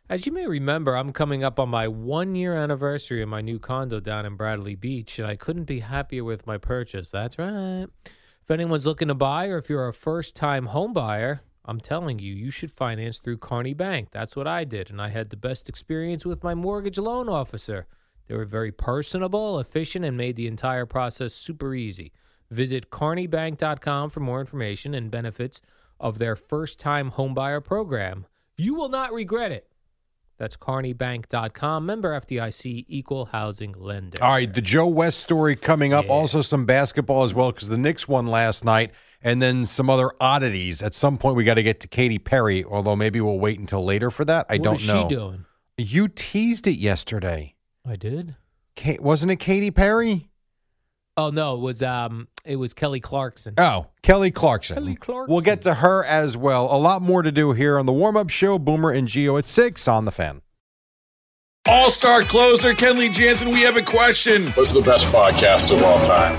S2: as you may remember, I'm coming up on my one year anniversary in my new condo down in Bradley Beach, and I couldn't be happier with my purchase. That's right. If anyone's looking to buy, or if you're a first time home buyer, I'm telling you, you should finance through Carney Bank. That's what I did, and I had the best experience with my mortgage loan officer. They were very personable, efficient, and made the entire process super easy. Visit carneybank.com for more information and benefits of their first time homebuyer program. You will not regret it. That's carneybank.com. Member FDIC, equal housing lender.
S1: All right, the Joe West story coming up. Also, some basketball as well because the Knicks won last night, and then some other oddities. At some point, we got to get to Katy Perry. Although maybe we'll wait until later for that. I
S2: What
S1: don't
S2: is
S1: know.
S2: she doing?
S1: You teased it yesterday.
S2: I did.
S1: Ka- wasn't it Katy Perry?
S2: Oh no, it was um, it was Kelly Clarkson.
S1: Oh, Kelly Clarkson.
S2: Kelly Clarkson.
S1: We'll get to her as well. A lot more to do here on the warm up show. Boomer and Geo at six on the fan.
S4: All star closer Kenley Jansen, we have a question.
S5: What's the best podcast of all time?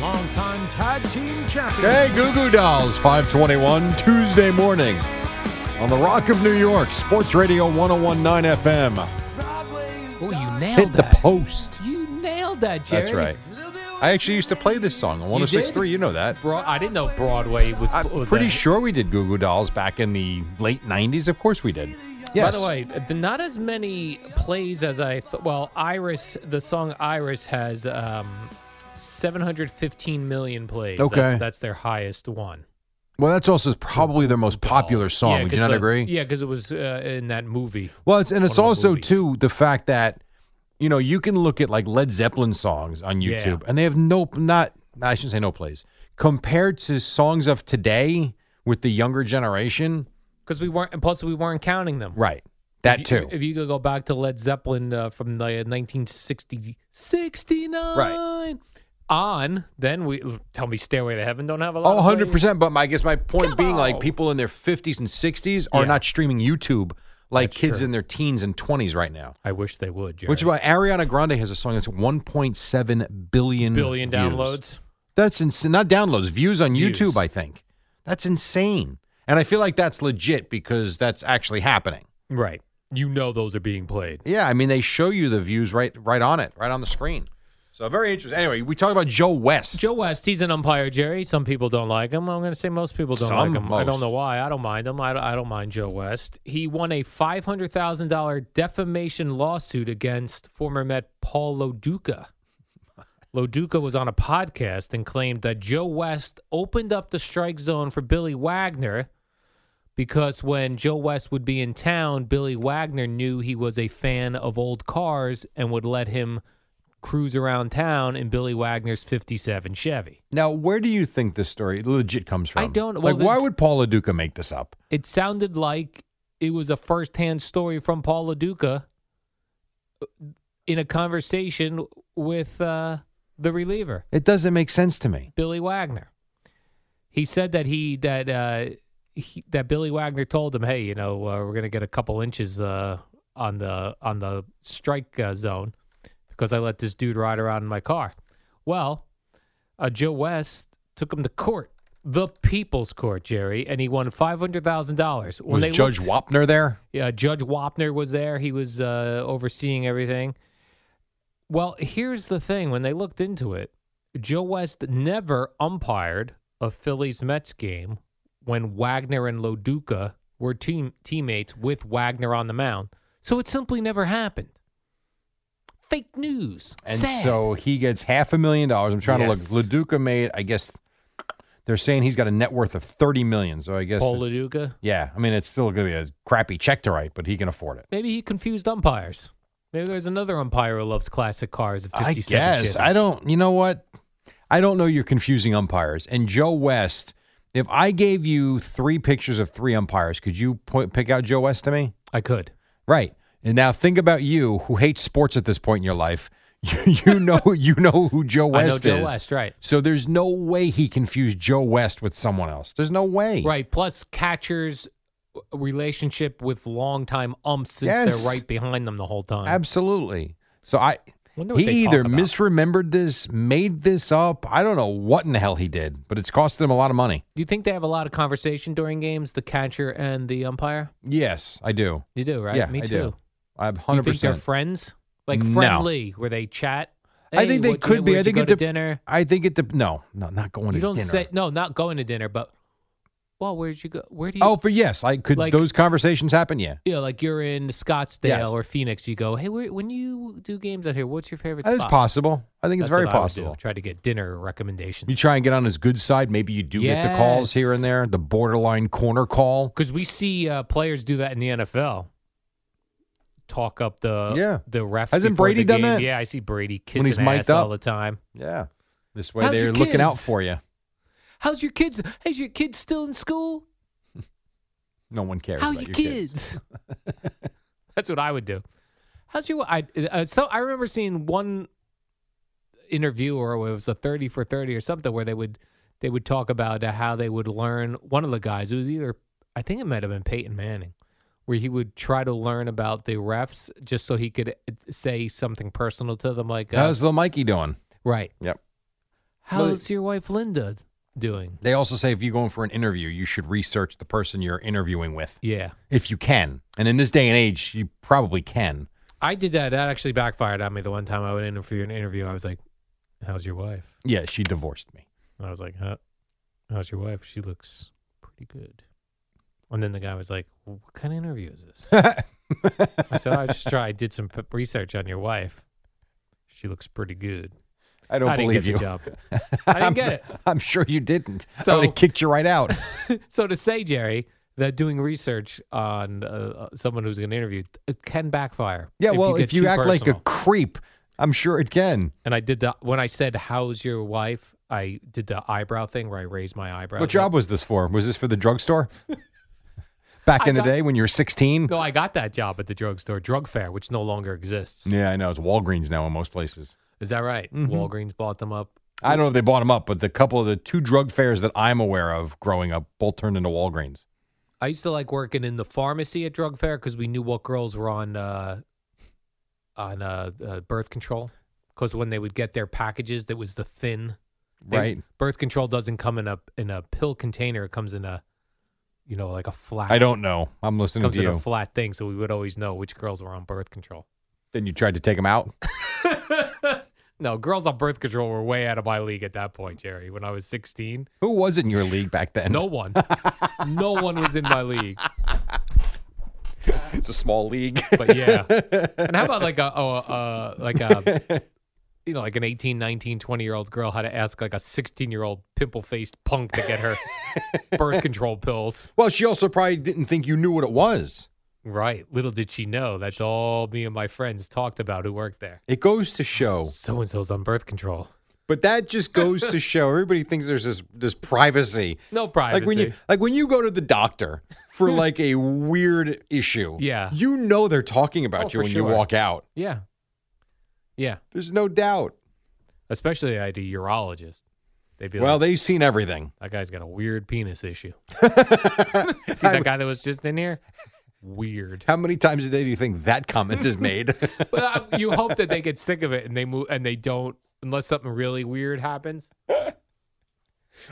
S3: longtime tag team champions.
S1: Hey, Goo Goo Dolls, 521 Tuesday morning on the Rock of New York, Sports Radio 1019 FM.
S2: Oh, you nailed
S1: Hit the
S2: that.
S1: post.
S2: you nailed that, Jerry.
S1: That's right. I actually used to play this song on
S2: You did?
S1: 1063. You, know that.
S2: Bro, I didn't know Broadway was.
S1: I'm
S2: was
S1: pretty
S2: a-
S1: sure we did Goo Goo Dolls back in the late 90s. Of course we did. Yes.
S2: By the way, th- not as many plays as I thought. Well, Iris, the song Iris has um, 715 million plays.
S1: Okay.
S2: That's, that's their highest one. Oh.
S1: Well, that's also probably their most popular song.
S2: Yeah,
S1: Would you
S2: 'cause
S1: not
S2: the-
S1: agree?
S2: Yeah, because it was uh, in that movie.
S1: Well, it's, and
S2: one
S1: it's
S2: of the
S1: also
S2: movies.
S1: too the fact that you know you can look at like Led Zeppelin songs on
S2: Yeah.
S1: YouTube, and they have no not I shouldn't say no plays compared to songs of today with the younger generation.
S2: Because we weren't, and plus we weren't counting them.
S1: Right, that
S2: If you-
S1: too.
S2: If you could go back to Led Zeppelin uh, from the uh, 1969 on, then we tell me Stairway to Heaven don't have a lot.
S1: Oh,
S2: of
S1: 100
S2: plays.
S1: percent. But my I guess my point
S2: Come
S1: being, like
S2: on.
S1: people in their fifties and sixties are
S2: Yeah.
S1: not streaming YouTube like
S2: That's
S1: kids
S2: true.
S1: in their teens and twenties right now.
S2: I wish they would. Jerry.
S1: Which is why Ariana Grande has a song that's 1.7 billion
S2: billion
S1: views.
S2: downloads.
S1: That's ins- not downloads, views on
S2: Views.
S1: YouTube, I think. That's insane. And I feel like that's legit because that's actually happening.
S2: Right. You know those are being played.
S1: Yeah, I mean they show you the views right right on it, right on the screen. So very interesting. Anyway, we talked about Joe West.
S2: Joe West, he's an umpire, Jerry. Some people don't like him. I'm going to say most people don't
S1: Some,
S2: like him. I don't know
S1: most.
S2: why. I don't mind him. I don't, I don't mind Joe West. He won a $500,000 defamation lawsuit against former Met Paul LoDuca. Loduca was on a podcast and claimed that Joe West opened up the strike zone for Billy Wagner because when Joe West would be in town, Billy Wagner knew he was a fan of old cars and would let him cruise around town in Billy Wagner's 57 Chevy.
S1: Now, where do you think this story legit comes from?
S2: I don't- well,
S1: like. Why
S2: this-
S1: would Paul Duca make this up?
S2: It sounded like it was a firsthand story from Paul LaDuca uh, in a conversation with uh, the reliever.
S1: It doesn't make sense to me.
S2: Billy Wagner. He said that he that uh, he, that Billy Wagner told him, "Hey, you know, uh, we're gonna get a couple inches uh, on the on the strike uh, zone because I let this dude ride around in my car." Well, uh, Joe West took him to court, the People's Court, Jerry, and he won five hundred thousand dollars.
S1: was Judge Wapner there?
S2: Yeah, Judge Wapner was there. He was uh, overseeing everything. Well, here's the thing: when they looked into it, Joe West never umpired a Phillies Mets game when Wagner and Loduca were team teammates with Wagner on the mound, so it simply never happened. Fake news.
S1: And
S2: Sad.
S1: so he gets half a million dollars. I'm trying
S2: Yes.
S1: to look. Laduca made, I guess, they're saying he's got a net worth of 30 million. So I guess,
S2: Paul Loduca,
S1: yeah, I mean, it's still going to be a crappy check to write, but he can afford it.
S2: maybe he confused umpires. Maybe there's another umpire who loves classic cars. Of
S1: I
S2: 57
S1: guess.
S2: Chevys.
S1: I don't, you know what? I don't know you're confusing umpires. And Joe West, if I gave you three pictures of three umpires, could you point, pick out Joe West to me?
S2: I could.
S1: Right. And now think about you who hates sports at this point in your life. You, you know you know who Joe West
S2: I know Joe
S1: is.
S2: West, right?
S1: So there's no way he confused Joe West with someone else. There's no way.
S2: Right. Plus catchers' relationship with longtime umps since
S1: Yes.
S2: they're right behind them the whole time.
S1: Absolutely. So I
S2: Wonder what
S1: he
S2: they talk
S1: either
S2: about.
S1: misremembered this, made this up. I don't know what in the hell he did, but it's costed him a lot of money.
S2: Do you think they have a lot of conversation during games, the catcher and the umpire?
S1: Yes, I do.
S2: You do, right?
S1: Yeah,
S2: Me
S1: I
S2: too.
S1: do. I'm
S2: Do You
S1: hundred
S2: think they're
S1: percent.
S2: friends? Like
S1: No.
S2: friendly, where they chat?
S1: I
S2: Hey,
S1: think they
S2: what'd you-
S1: could be. I
S2: where'd you
S1: think
S2: go
S1: it
S2: to
S1: dep-
S2: dinner.
S1: I think it. Dep no, no, not going
S2: You
S1: to
S2: don't
S1: dinner.
S2: say no, not going to dinner, but well, where'd you go? Where do you?
S1: oh, for yes, I could.
S2: Like-
S1: those conversations happen. Yeah,
S2: yeah, like you're in Scottsdale
S1: Yes.
S2: or Phoenix. You go, hey, where, when you do games out here, what's your favorite?
S1: that is
S2: spot?
S1: possible. I think it's
S2: That's
S1: very
S2: what I would
S1: possible.
S2: Do. Try to get dinner recommendations.
S1: You try and get on his good side. Maybe you do get the calls here and
S2: Yes.
S1: there, the borderline corner call.
S2: Because we see uh, players do that in the NFL. Talk up the
S1: Yeah.
S2: the refs.
S1: Hasn't
S2: before
S1: Brady
S2: the
S1: done
S2: game.
S1: that?
S2: Yeah, I see Brady kissing
S1: When he's mic'd
S2: ass all
S1: up.
S2: the time.
S1: Yeah. This way
S2: How's your
S1: they're looking out
S2: kids?
S1: for you.
S2: How's your kids? Is your kids still in school?
S1: No one cares.
S2: How
S1: about
S2: you
S1: your
S2: kids? That's what I would do. How's your? I uh, so I remember seeing one interview, or it was a thirty for thirty or something, where they would they would talk about uh, how they would learn. One of the guys, it was either I think it might have been Peyton Manning, where he would try to learn about the refs just so he could uh, say something personal to them, like uh,
S1: How's little Mikey doing?
S2: right.
S1: Yep.
S2: How's your wife Linda doing?
S1: They also say if you're going for an interview, you should research the person you're interviewing with
S2: Yeah.
S1: if you can. And in this day and age, you probably can.
S2: I did that. That actually backfired on me the one time I would interview an interview. I was like, "How's your wife?"
S1: Yeah, she divorced me.
S2: And I was like, huh? How's your wife? She looks pretty good. And then the guy was like, What kind of interview is this? I said, I just tried, did some p- research on your wife. She looks pretty good.
S1: I don't
S2: I didn't
S1: believe
S2: get the
S1: you.
S2: job. I didn't
S1: I'm-
S2: get it.
S1: I'm sure you didn't. I
S2: So-
S1: would have kicked you right out.
S2: So to say, Jerry, that doing research on uh, uh, someone who's going to interview it can backfire.
S1: Yeah, well,
S2: get
S1: if you
S2: too
S1: act like a
S2: personal.
S1: creep, I'm sure it can.
S2: and I did that when I said, "How's your wife?" I did the eyebrow thing where I raised my eyebrows.
S1: What job was this for? Was this for the drugstore? Back in the day when you were 16?
S2: No, I got that job at the drugstore, drug fair, which no longer exists.
S1: Yeah, Mm-hmm. I know. It's Walgreens now in most places.
S2: Is that right? Walgreens bought them up.
S1: I don't know if they bought them up, but the couple of the two drug fairs that I'm aware of growing up both turned into Walgreens.
S2: I used to like working in the pharmacy at drug fair because we knew what girls were on uh, on uh, uh, birth control. Because when they would get their packages, that was the thin. they-
S1: Right.
S2: Birth control doesn't come in a in a pill container. It comes in a, you know, like a flat.
S1: I don't know. I'm
S2: It
S1: listening
S2: comes
S1: to
S2: in a
S1: you.
S2: flat thing, so we would always know which girls were on birth control.
S1: Then you tried to take them out.
S2: No, girls on birth control were way out of my league at that point, Jerry. When I was sixteen,
S1: Who was in your league back then?
S2: no one, no one was in my league.
S1: it's a small league.
S2: But yeah, and how about like a, oh, uh, like a you know, like an 18, 19, 20 year old girl how to ask like a 16 year old pimple faced punk to get her birth control pills.
S1: Well, she also probably didn't think you knew what it was.
S2: Right. Little did she know. That's all me and my friends talked about who worked there.
S1: It goes to show.
S2: So and so's on birth control.
S1: But that just goes to show everybody thinks there's this this privacy.
S2: No privacy.
S1: Like when you like when you go to the doctor for like a weird issue.
S2: Yeah.
S1: You know they're talking about
S2: Oh,
S1: you
S2: for
S1: when
S2: sure.
S1: you walk out.
S2: yeah. Yeah.
S1: There's no doubt.
S2: Especially at a urologist. They'd be
S1: Well,
S2: like,
S1: they've seen everything.
S2: that guy's got a weird penis issue. See that guy that was just in here? Weird.
S1: How many times a day do you think that comment is made?
S2: well, I- you hope that they get sick of it and they move and they don't unless something really weird happens.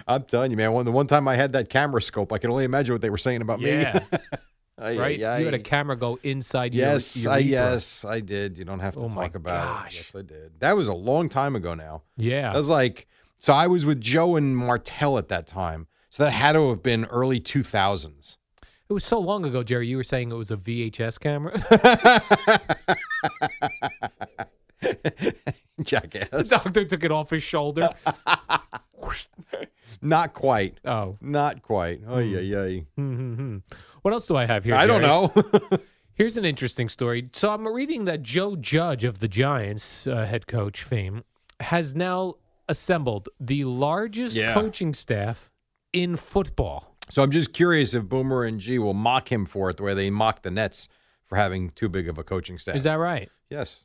S1: I'm telling you, man. One the one time I had that camera scope, I can only imagine what they were saying about
S2: Yeah,
S1: me. Ay,
S2: right.
S1: ay,
S2: You had a
S1: ay.
S2: camera go inside your
S1: Yes,
S2: your
S1: I,
S2: urethra.
S1: yes, I did. You don't have to
S2: Oh,
S1: talk
S2: my
S1: about
S2: gosh.
S1: it. Yes, I did. That was a long time ago now.
S2: yeah.
S1: That was like so. I was with Joe and Martell at that time, so that had to have been early two thousands.
S2: it was so long ago, Jerry. You were saying it was a VHS camera. the
S1: Jackass.
S2: doctor took it off his shoulder.
S1: Not quite.
S2: Oh,
S1: Not quite. Oh yeah, yeah.
S2: hmm what else do I have here?
S1: I don't
S2: Jerry?
S1: know.
S2: Here's an interesting story. So I'm reading that Joe Judge of the Giants, uh, head coach fame, has now assembled the largest
S1: Yeah.
S2: coaching staff in football.
S1: so I'm just curious if Boomer and G will mock him for it the way they mock the Nets for having too big of a coaching staff.
S2: Is that right?
S1: yes?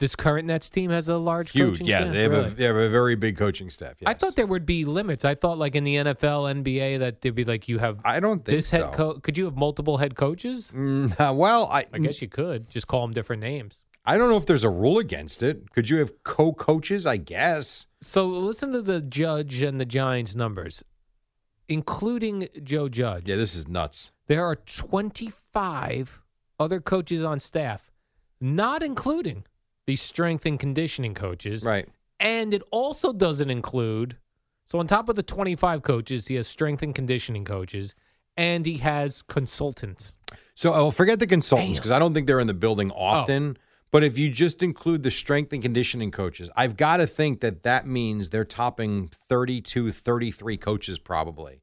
S2: This current Nets team has a large
S1: Huge.
S2: coaching
S1: Yeah,
S2: staff.
S1: they have a
S2: really?
S1: they have a very big coaching staff. Yes.
S2: I thought there would be limits. I thought like in the NFL, NBA, that they'd be like you have
S1: I don't think
S2: this head
S1: so.
S2: coach. Could you have multiple head coaches?
S1: Mm, well, I
S2: I guess you could just call them different names.
S1: I don't know if there's a rule against it. Could you have co-coaches? I guess.
S2: So listen to the Judge and the Giants numbers, including Joe Judge.
S1: Yeah, this is nuts.
S2: There are 25 other coaches on staff, not including the strength and conditioning coaches.
S1: Right.
S2: And it also doesn't include, so on top of the 25 coaches, he has strength and conditioning coaches and he has consultants.
S1: So I'll forget the consultants because I don't think they're in the building
S2: Oh.
S1: often. But if you just include the strength and conditioning coaches, I've got to think that that means they're topping 32, 33 coaches probably.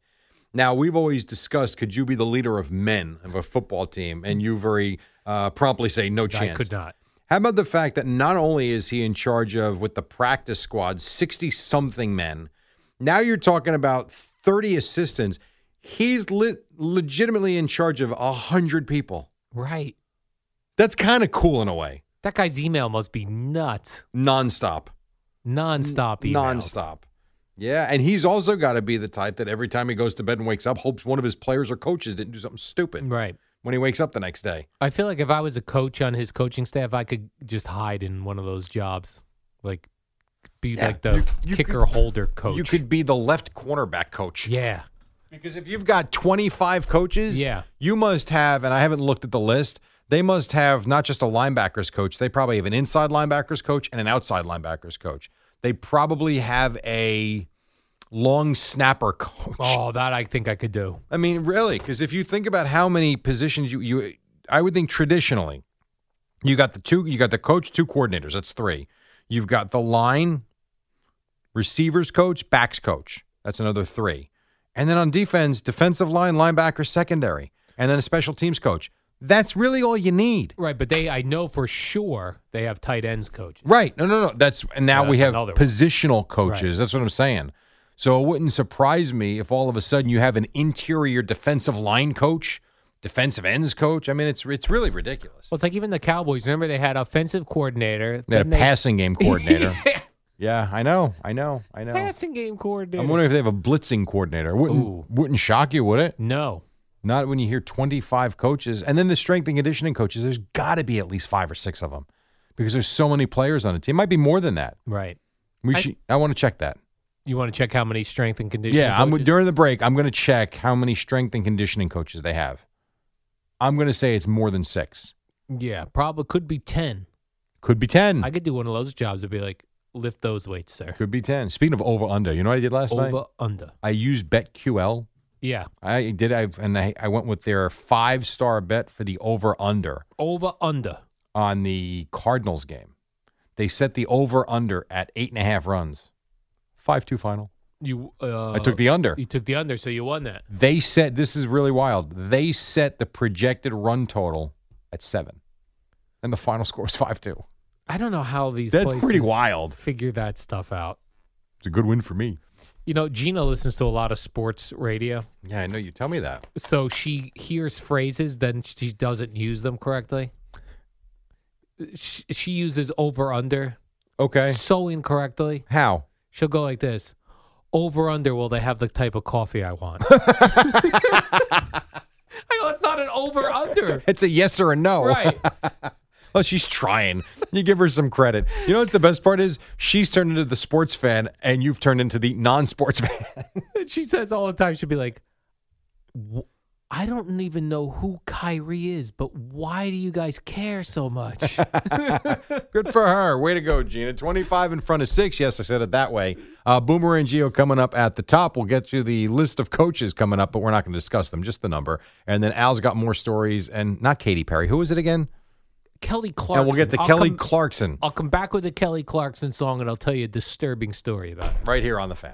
S1: Now, we've always discussed could you be the leader of men of a football team? And you very uh, promptly say no chance.
S2: I could not.
S1: How about the fact that not only is he in charge of with the practice squad 60 something men, now you're talking about 30 assistants. He's le- legitimately in charge of 100 people.
S2: Right.
S1: That's kind of cool in a way.
S2: That guy's email must be nuts.
S1: Nonstop.
S2: Nonstop emails.
S1: Nonstop. Yeah, and he's also got to be the type that every time he goes to bed and wakes up hopes one of his players or coaches didn't do something stupid
S2: Right.
S1: when he wakes up the next day.
S2: I feel like if I was a coach on his coaching staff, I could just hide in one of those jobs, like be like the
S1: you
S2: kicker
S1: could-
S2: holder coach.
S1: You could be the left cornerback coach.
S2: yeah,
S1: Because if you've got 25 coaches,
S2: Yeah.
S1: you must have, and I haven't looked at the list, they must have not just a linebackers coach, they probably have an inside linebackers coach and an outside linebackers coach. They probably have a long snapper coach.
S2: oh, that I think I could do.
S1: I mean, really, because if you think about how many positions you, you, I would think traditionally, you got the two, you got the coach, two coordinators, that's three. You've got the line, receivers coach, backs coach, that's another three. And then on defense, defensive line, linebacker, secondary, and then a special teams coach. That's really all you need.
S2: Right, but they I know for sure they have tight ends coaches.
S1: Right. No, no, no. That's and now
S2: That's
S1: we have
S2: another one.
S1: positional coaches. That's what I'm saying. So it wouldn't surprise me if all of a sudden you have an interior defensive line coach, defensive ends coach. I mean, it's it's really ridiculous.
S2: Well, it's like even the Cowboys. Remember they had offensive coordinator,
S1: They had
S2: then
S1: a
S2: they-
S1: passing game coordinator. yeah. I know. I know. I know.
S2: passing game coordinator.
S1: I'm wondering if they have a blitzing coordinator. It Wouldn't
S2: Ooh.
S1: wouldn't shock you, would it?
S2: no,
S1: Not when you hear 25 coaches and then the strength and conditioning coaches. There's got to be at least five or six of them because there's so many players on a team. Might be more than that.
S2: right.
S1: We
S2: I-
S1: should. I want to check that.
S2: You want to check how many strength and conditioning?
S1: Yeah, I'm
S2: coaches?
S1: during the break. I'm going to check how many strength and conditioning coaches they have. I'm going to say it's more than six.
S2: Yeah, probably could be ten.
S1: Could be ten.
S2: I could do one of those jobs. I'd be like, lift those weights, sir.
S1: Could be ten. Speaking of over under, you know what I did last night?
S2: Over under.
S1: I used BetQL.
S2: Yeah,
S1: I did. I and I, I went with their five star bet for the over under
S2: over under.
S1: on the Cardinals game. They set the over under at eight and a half runs. 5 2 final.
S2: You. Uh,
S1: I took the under.
S2: You took the under, so you won that.
S1: They set, this is really wild. They set the projected run total at seven. And the final score is 5 2.
S2: I don't know how these.
S1: That's pretty
S2: places
S1: wild.
S2: Figure that stuff out.
S1: It's a good win for me.
S2: You know, Gina listens to a lot of sports radio,
S1: Yeah, I know you tell me that.
S2: so she hears phrases, then she doesn't use them correctly. She, she uses over under
S1: Okay.
S2: so incorrectly.
S1: How?
S2: She'll go like this. Over under, will they have the type of coffee I want? I go, it's not an over under.
S1: It's a yes or a no.
S2: Right.
S1: Well, she's trying. You give her some credit. You know what the best part is? She's turned into the sports fan, and you've turned into the non-sports fan.
S2: And she says all the time, she'll be like, "Wh- I don't even know who Kyrie is, but why do you guys care so much?
S1: Good for her. Way to go, Gina. Twenty-five in front of six. Yes, I said it that way. Uh, Boomer and Geo coming up at the top. We'll get to the list of coaches coming up, but we're not going to discuss them. Just the number. And then Al's got more stories, and not Katy Perry. Who is it again?
S2: Kelly Clarkson.
S1: And we'll get to
S2: I'll
S1: Kelly
S2: come-
S1: Clarkson
S2: I'll come back with a Kelly Clarkson song and I'll tell you a disturbing story about it.
S1: right here on the fan.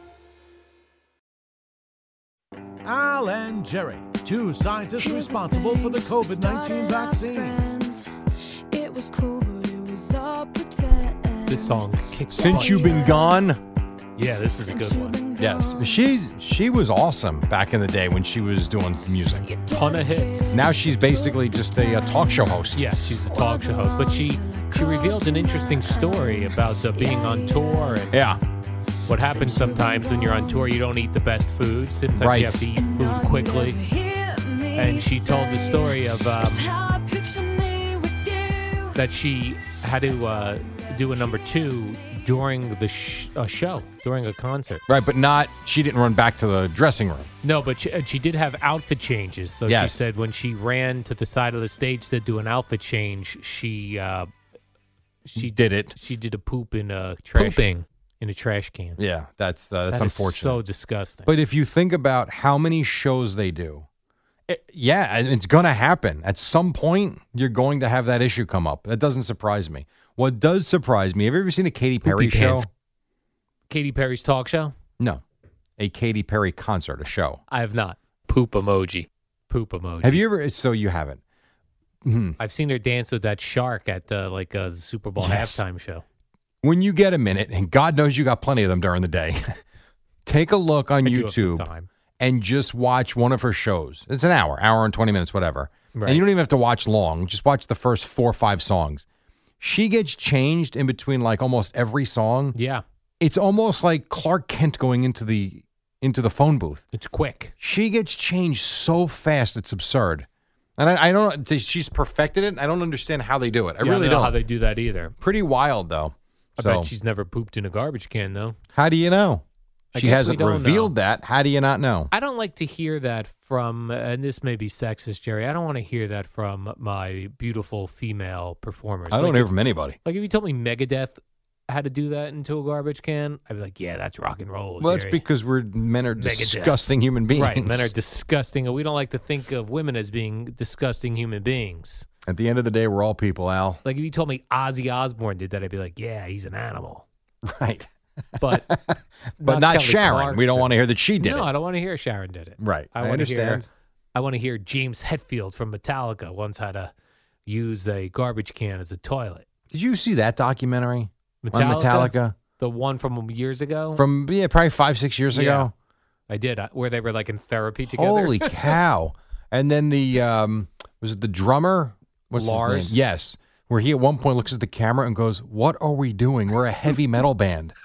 S3: Al and Jerry, two scientists responsible for the COVID 19 vaccine.
S6: It was cool, but it was all pretend.
S2: This song kicks
S1: Since
S2: butt.
S1: you've been gone,
S2: Yeah, this is a good one.
S1: yes, she's she was awesome back in the day when she was doing music.
S2: Ton of hits.
S1: Now she's basically just a, uh talk show host.
S2: Yes, she's a talk show host, but she she reveals an interesting story about uh, being on tour and
S1: Yeah.
S2: what happens sometimes when you're on tour. You don't eat the best foods. Sometimes
S1: Right.
S2: you have to eat food quickly. And she told the story of um, that she had to uh, do a number two during the sh- a show during a concert.
S1: Right, but not she didn't run back to the dressing room.
S2: No, but she, and she did have outfit changes. So
S1: Yes.
S2: she said when she ran to the side of the stage to do an outfit change, she uh, she
S1: Did it.
S2: She did a poop in a trash
S1: Pooping.
S2: in a trash can.
S1: Yeah, that's uh, that's
S2: That is
S1: unfortunate.
S2: So disgusting.
S1: but if you think about how many shows they do, it, yeah, and it's going to happen. At some point, you're going to have that issue come up. That doesn't surprise me. What does surprise me, have you ever seen a Katy Perry
S2: Poopy
S1: show?
S2: pants. Katy Perry's talk show?
S1: No. A Katy Perry concert, a show.
S2: I have not. Poop emoji. Poop emoji.
S1: Have you ever? So you haven't. Mhm.
S2: I've seen her dance with that shark at uh, like a Super Bowl
S1: Yes.
S2: halftime show.
S1: When you get a minute, and God knows you got plenty of them during the day, take a look on
S2: I do have some
S1: YouTube
S2: time.
S1: and just watch one of her shows. It's an hour, hour and 20 minutes, whatever.
S2: Right.
S1: And you don't even have to watch long. Just watch the first four or five songs. She gets changed in between like almost every song.
S2: Yeah,
S1: It's almost like Clark Kent going into the into the phone booth.
S2: it's quick.
S1: She gets changed so fast it's absurd. And I, I don't she's perfected it. I don't understand how they do it. I
S2: Yeah,
S1: really
S2: don't know
S1: don't.
S2: how they do that either.
S1: Pretty wild though.
S2: I
S1: so
S2: bet she's never pooped in a garbage can though.
S1: how do you know?
S2: I
S1: She
S2: guess we
S1: hasn't
S2: don't
S1: revealed
S2: know.
S1: that. How do you not know?
S2: I don't like to hear that from, and this may be sexist, Jerry. I don't want to hear that from my beautiful female performers.
S1: I don't
S2: like,
S1: hear from anybody.
S2: Like if you told me Megadeth had to do that into a garbage can, I'd be like, yeah, that's rock and roll.
S1: Well, that's
S2: Jerry."
S1: because we're men are
S2: Megadeth.
S1: disgusting human beings.
S2: Right, men are disgusting, and we don't like to think of women as being disgusting human beings.
S1: At the end of the day, we're all people, Al.
S2: Like if you told me Ozzy Osbourne did that, I'd be like, yeah, he's an animal.
S1: Right.
S2: But
S1: But not,
S2: Kelly
S1: Sharon. We don't
S2: Clarkson.
S1: want to hear that she did
S2: no,
S1: it.
S2: I don't want to hear Sharon did it.
S1: Right. I
S2: I, want to hear.
S1: understand.
S2: I want to hear James Hetfield from Metallica once had to use a garbage can as a toilet.
S1: Did you see that documentary on
S2: Metallica?
S1: Metallica
S2: The one from years ago.
S1: from yeah, probably five six years ago?
S2: I did I- where they were like in therapy together.
S1: Holy cow! And then the um, was it the drummer? What's His
S2: Lars?
S1: name? Yes, where he at one point looks at the camera and goes, "What are we doing? We're a heavy metal band."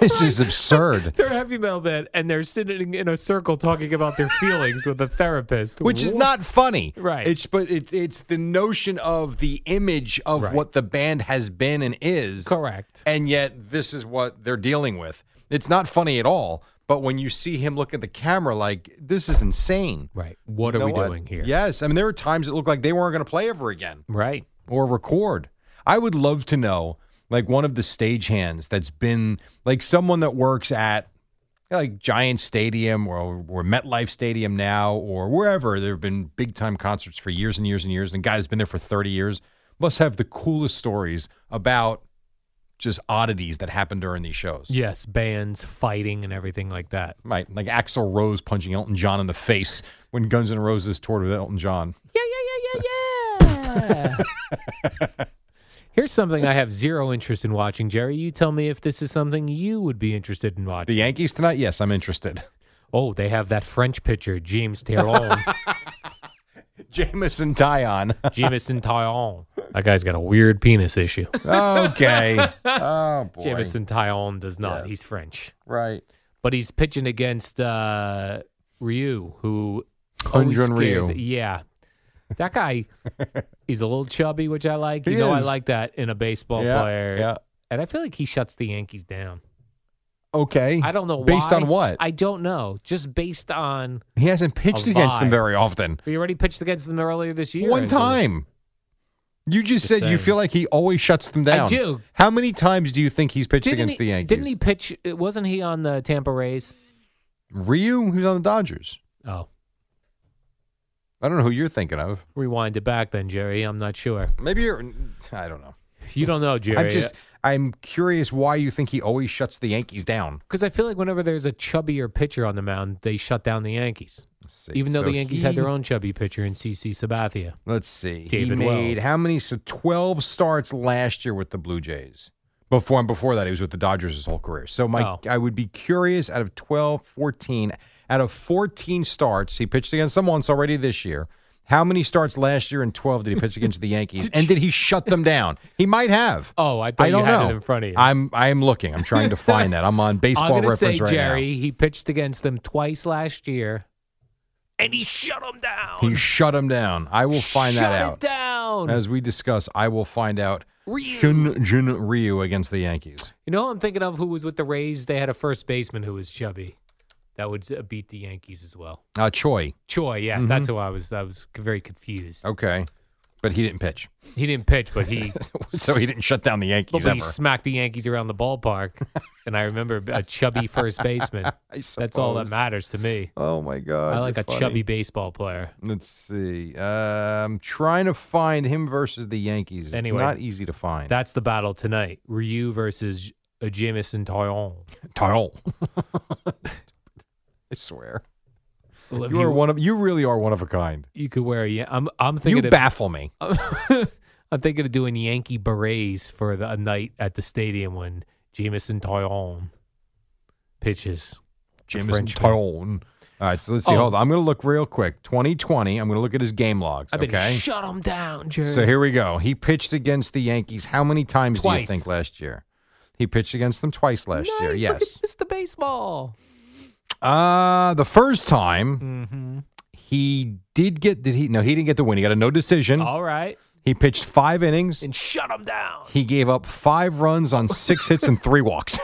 S1: This is absurd.
S2: They're heavy metal band, and they're sitting in a circle talking about their feelings with a therapist,
S1: which is
S2: Wha-
S1: not funny.
S2: Right.
S1: It's but it's it's the notion of the image of
S2: Right.
S1: what the band has been and is.
S2: correct.
S1: And yet this is what they're dealing with. It's not funny at all, but when you see him look at the camera like this is insane.
S2: Right. What
S1: You
S2: are
S1: know
S2: we doing here?
S1: Yes. I mean there were times it looked like they weren't going to play ever again
S2: Right.
S1: or record. I would love to know, like one of the stagehands that's been like someone that works at like Giant Stadium or or MetLife Stadium now or wherever. There have been big time concerts for years and years and years, and a guy that's been there for thirty years must have the coolest stories about just oddities that happen during these shows.
S2: Yes, bands fighting and everything like that.
S1: Right, like Axl Rose punching Elton John in the face when Guns N' Roses toured with Elton John.
S2: Yeah, yeah, yeah, yeah, yeah. Here's something I have zero interest in watching, Jerry. You tell me if this is something you would be interested in
S1: The
S2: watching.
S1: Yankees tonight? Yes, I'm interested.
S2: oh, they have that French pitcher, James Tyrone.
S1: Jameson Tyon.
S2: Jamison Tyrone. That guy's got a weird penis issue.
S1: okay. Oh boy.
S2: Jamison Tyrone does not. He's French.
S1: Right.
S2: But he's pitching against uh, Ryu, who. always
S1: Kunjun
S2: scares-
S1: Ryu.
S2: Yeah. That guy, he's a little chubby, which I like. You
S1: He
S2: know, I
S1: is.
S2: like that in a baseball
S1: yeah.
S2: player.
S1: Yeah.
S2: And I feel like he shuts the Yankees down.
S1: Okay.
S2: I don't know
S1: Based
S2: why.
S1: on what?
S2: I don't know. Just based on
S1: he hasn't pitched
S2: A
S1: against them
S2: vibe.
S1: very often.
S2: we already pitched against them earlier this year. I
S1: One
S2: believe.
S1: time. You
S2: Just
S1: just, said you
S2: saying.
S1: feel like he always shuts them
S2: I
S1: down.
S2: do.
S1: How many times do you think he's pitched
S2: Didn't
S1: against
S2: he,
S1: the Yankees?
S2: Didn't he pitch? Wasn't he on the Tampa Rays?
S1: Ryu, who's on the Dodgers.
S2: Oh,
S1: I don't know who you're thinking of.
S2: rewind it back then, Jerry. I'm not sure.
S1: Maybe you're. I don't know.
S2: You don't know, Jerry.
S1: I'm just. I'm curious why you think he always shuts the Yankees down.
S2: because I feel like whenever there's a chubbier pitcher on the mound, they shut down the Yankees.
S1: Let's see.
S2: Even though
S1: So
S2: the Yankees had
S1: he-
S2: their own chubby pitcher in CC Sabathia.
S1: Let's see.
S2: David
S1: he made
S2: Wells.
S1: how many? So twelve starts last year with the Blue Jays. Before and before that, he was with the Dodgers his whole career. So my,
S2: Oh.
S1: I would be curious. Out of 12, 14, out of fourteen starts, he pitched against them once already this year. How many starts last year and twelve did he pitch against the Yankees? and did he shut them down? He might have.
S2: Oh, I thought
S1: I
S2: you
S1: don't
S2: had
S1: know.
S2: it in front of you.
S1: I'm I'm looking. I'm trying to find that. I'm on
S2: I'm
S1: Baseball
S2: gonna
S1: Reference
S2: say,
S1: right
S2: Jerry, he pitched against them twice last year, and he shut them down.
S1: now. He shut him down. I will find
S2: shut
S1: that
S2: it
S1: out
S2: down.
S1: as we discuss. I will find out.
S2: Ryu.
S1: Shun Jun Ryu against the Yankees.
S2: You know, who I'm thinking of who was with the Rays. They had a first baseman who was chubby. That would uh, beat the Yankees as well.
S1: Uh, Choi.
S2: Choi, yes,
S1: Mm-hmm.
S2: that's who I was. I was c- very confused.
S1: Okay. But he didn't pitch.
S2: He didn't pitch, but he,
S1: So he didn't shut down the
S2: but
S1: Yankees
S2: he
S1: ever.
S2: smacked the Yankees around the ballpark. and I remember a chubby first baseman.
S1: I
S2: That's all that
S1: suppose.
S2: matters to me.
S1: Oh, my God.
S2: I like
S1: you're
S2: a
S1: funny.
S2: chubby baseball player.
S1: Let's see. Uh, I'm trying to find him versus the Yankees.
S2: Anyway.
S1: Not easy to find.
S2: That's the battle tonight. Ryu versus uh, Jamison Toyon.
S1: Tarl. I swear.
S2: Well, if
S1: You are one of you really are one of a kind.
S2: You could wear. Yeah, I'm. I'm
S1: You
S2: thinking. of,
S1: baffle me.
S2: I'm thinking of doing Yankee berets for the, a night at the stadium when Jamison Toyon pitches. the
S1: Jameson
S2: Frenchman.
S1: Tarl. All right, so let's see.
S2: Oh.
S1: Hold on. I'm going to look real quick. 2020. I'm going to look at his game logs.
S2: I've been
S1: okay.
S2: shut him down, Jerry.
S1: So here we go. He pitched against the Yankees. How many times do you
S2: Twice.
S1: think last year? He pitched against them twice last year.
S2: Nice, look at
S1: Yes.
S2: Mr. Baseball.
S1: Uh the first time
S2: Mm-hmm.
S1: he did get did he no he didn't get the win. He got a no decision.
S2: All right,
S1: He pitched 5 innings.
S2: and shut him down.
S1: He gave up 5 runs on 6 hits and 3 walks.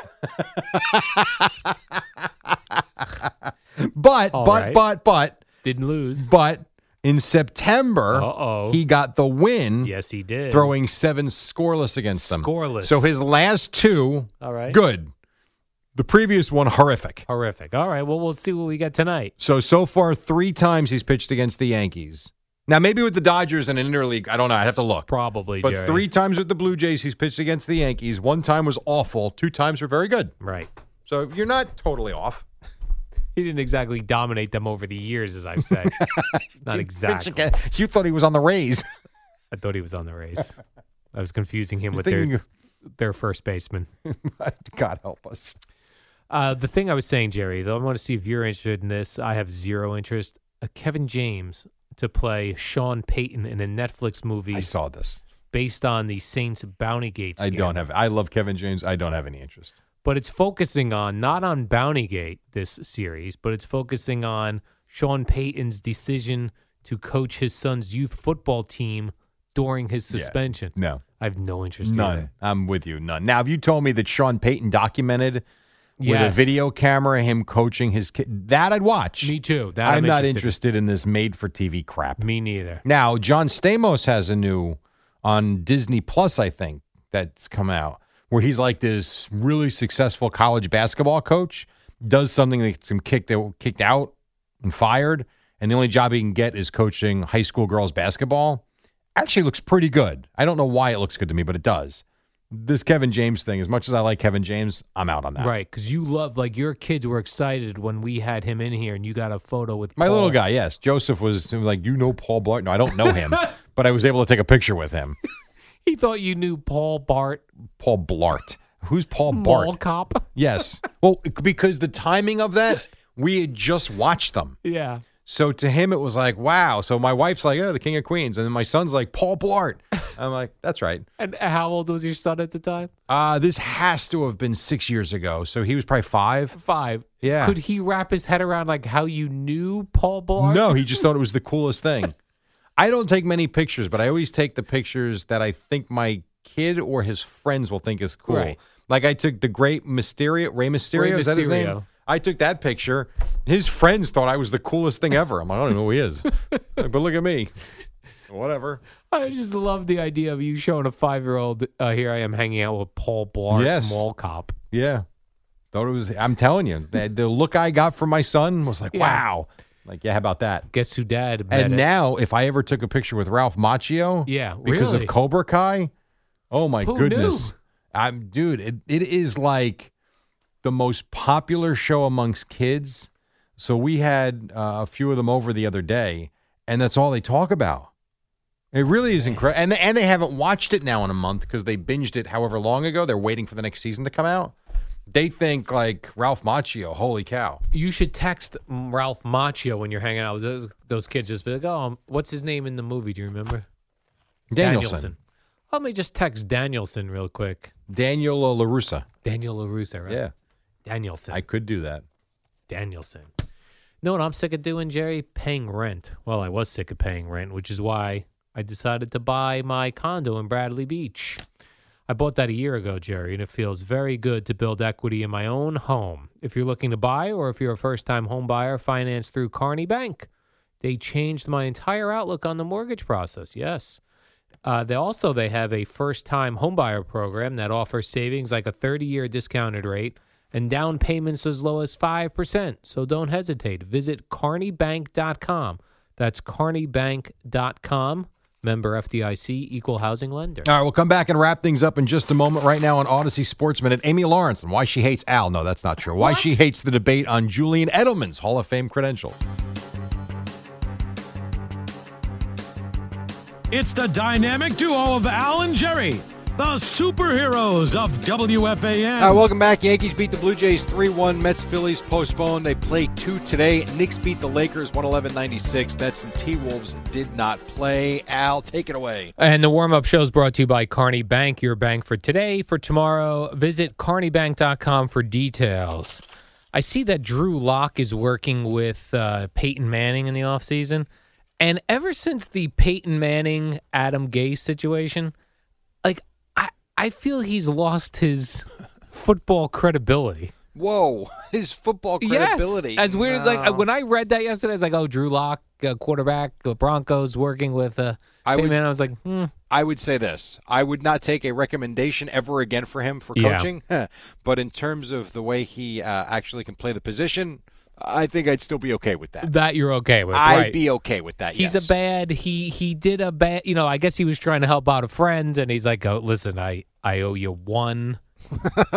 S1: but
S2: All
S1: but
S2: right.
S1: but but
S2: Didn't lose.
S1: but in September
S2: Uh-oh.
S1: he got the win.
S2: yes, he did.
S1: Throwing seven scoreless against them.
S2: Scoreless.
S1: So his last two
S2: All right.
S1: Good. The previous one, horrific.
S2: Horrific. All right. Well, we'll see what we got tonight.
S1: So, so far, three times he's pitched against the Yankees. Now, maybe with the Dodgers and an interleague, I don't know. I'd have to look.
S2: Probably,
S1: But
S2: Jerry.
S1: three times with the Blue Jays, he's pitched against the Yankees. One time was awful. Two times were very good.
S2: Right.
S1: So you're not totally off.
S2: He didn't exactly dominate them over the years, as I've said. Not exactly.
S1: Pitched against- You thought he was on the Rays.
S2: I thought he was on the race. I was confusing him with
S1: Thinking-
S2: their their first baseman.
S1: God help us.
S2: Uh, the thing I was saying, Jerry, though, I want to see if you're interested in this. I have zero interest. Uh, Kevin James to play Sean Payton in a Netflix movie
S1: I saw this.
S2: based on the Saints bounty gate.
S1: I
S2: scandal.
S1: don't have. I love Kevin James. I don't have any interest.
S2: but it's focusing on not on Bountygate this series, but it's focusing on Sean Payton's decision to coach his son's youth football team during his
S1: Yeah.
S2: suspension.
S1: No.
S2: I have no interest.
S1: None.
S2: Either.
S1: I'm with you. None. Now, if you told me that Sean Payton documented with a
S2: Yes.
S1: video camera him coaching his kid, that I'd watch.
S2: Me too. That
S1: I'm,
S2: I'm,
S1: not
S2: interested.
S1: interested in this made for TV crap.
S2: in. Me neither.
S1: Now, John Stamos has a new on Disney Plus, I think, that's come out where he's like this really successful college basketball coach, does something that gets him kicked out, kicked out and fired, and the only job he can get is coaching high school girls basketball. Actually, looks pretty good. I don't know why it looks good to me, but it does. This Kevin James thing, as much as I like Kevin James, I'm out on that.
S2: Right, because you love like your kids were excited when we had him in here, and you got a photo with
S1: My little
S2: Paul.
S1: guy, yes. Joseph was like, you know Paul Blart. No, I don't know him, but I was able to take a picture with him.
S2: He thought you knew Paul Bart,
S1: Paul Blart. Who's Paul Bart?
S2: Mall Cop.
S1: Yes. Well, because the timing of that, we had just watched them.
S2: Yeah,
S1: So to him, it was like, wow. So my wife's like, oh, the King of Queens. And then my son's like, Paul Blart. I'm like, that's right.
S2: and how old was your son at the time?
S1: Uh, this has to have been six years ago. So he was probably five.
S2: Five.
S1: Yeah.
S2: Could he wrap his head around like how you knew Paul Blart?
S1: No, he just thought it was the coolest thing. I don't take many pictures, but I always take the pictures that I think my kid or his friends will think is cool.
S2: Right.
S1: Like I took the great Mysterio, Ray Mysterio, is that his name?
S2: Mysterio.
S1: I took that picture. His friends thought I was the coolest thing ever. I'm like, I don't even know who he is. Like, but look at me. Whatever.
S2: I just love the idea of you showing a five year old. Uh, here I am hanging out with Paul Blart,
S1: Yes.
S2: mall cop.
S1: Yeah. Thought it was I'm telling you, the, the look I got from my son was like,
S2: Yeah.
S1: wow. Like, yeah, how about that?
S2: Guess who dad? met
S1: And
S2: it.
S1: now, if I ever took a picture with Ralph Macchio,
S2: Yeah,
S1: because
S2: really?
S1: of Cobra Kai, oh my
S2: Who
S1: goodness,
S2: knew?
S1: I'm dude. It, it is like the most popular show amongst kids. So we had uh, a few of them over the other day, and that's all they talk about. It really is incredible, and they, and they haven't watched it now in a month because they binged it however long ago. They're waiting for the next season to come out. They think like Ralph Macchio. Holy cow!
S2: you should text Ralph Macchio when you're hanging out with those, those kids. Just be like, oh, um, what's his name in the movie? Do you remember?
S1: Danielson,
S2: Let me just text Danielson real quick.
S1: Daniel Larusa.
S2: Daniel LaRusso, right?
S1: Yeah,
S2: Danielson.
S1: I could do that.
S2: Danielson. No, what I'm sick of doing, Jerry? Paying rent. Well, I was sick of paying rent, which is why I decided to buy my condo in Bradley Beach. I bought that a year ago, Jerry, and it feels very good to build equity in my own home. If you're looking to buy or if you're a first time home buyer, finance through Carney Bank. They changed my entire outlook on the mortgage process. Yes. Uh, they also they have a first-time homebuyer program that offers savings like a 30-year discounted rate and down payments as low as 5%. So don't hesitate. Visit carneybank.com. That's carneybank.com. Member FDIC, equal housing lender.
S1: All right, we'll come back and wrap things up in just a moment. Right now on Odyssey Sports Minute, Amy Lawrence and why she hates Al. No, that's not true. Why she hates the debate on Julian Edelman's Hall of Fame credential.
S3: It's the dynamic duo of Al and Jerry, the superheroes of WFAN.
S1: All right, welcome back. Yankees beat the Blue Jays 3 1. Mets Phillies postponed. They play two today. Knicks beat the Lakers 111 96. Nets and T Wolves did not play. Al, take it away.
S2: And the warm-up show is brought to you by Carney Bank, your bank for today, for tomorrow. Visit carneybank.com for details. I see that Drew Locke is working with uh, Peyton Manning in the offseason. And ever since the Peyton Manning Adam Gase situation, like I, I feel he's lost his football credibility.
S1: Whoa, his football credibility. Uh,
S2: Yes, as weird as
S1: No.
S2: like when I read that yesterday, I was like, "Oh, Drew Locke, uh, quarterback, uh, Broncos, working with uh,
S1: I
S2: Peyton
S1: would-
S2: Manning." I was like, "Hmm."
S1: I would say this. I would not take a recommendation ever again for him for
S2: Yeah.
S1: coaching. but in terms of the way he uh, actually can play the position, I think I'd still be okay with that.
S2: That you're okay with.
S1: I'd
S2: right.
S1: be okay with that.
S2: He's
S1: yes.
S2: a bad. He he did a bad. You know, I guess he was trying to help out a friend, and he's like, "Oh, listen, I I owe you one. I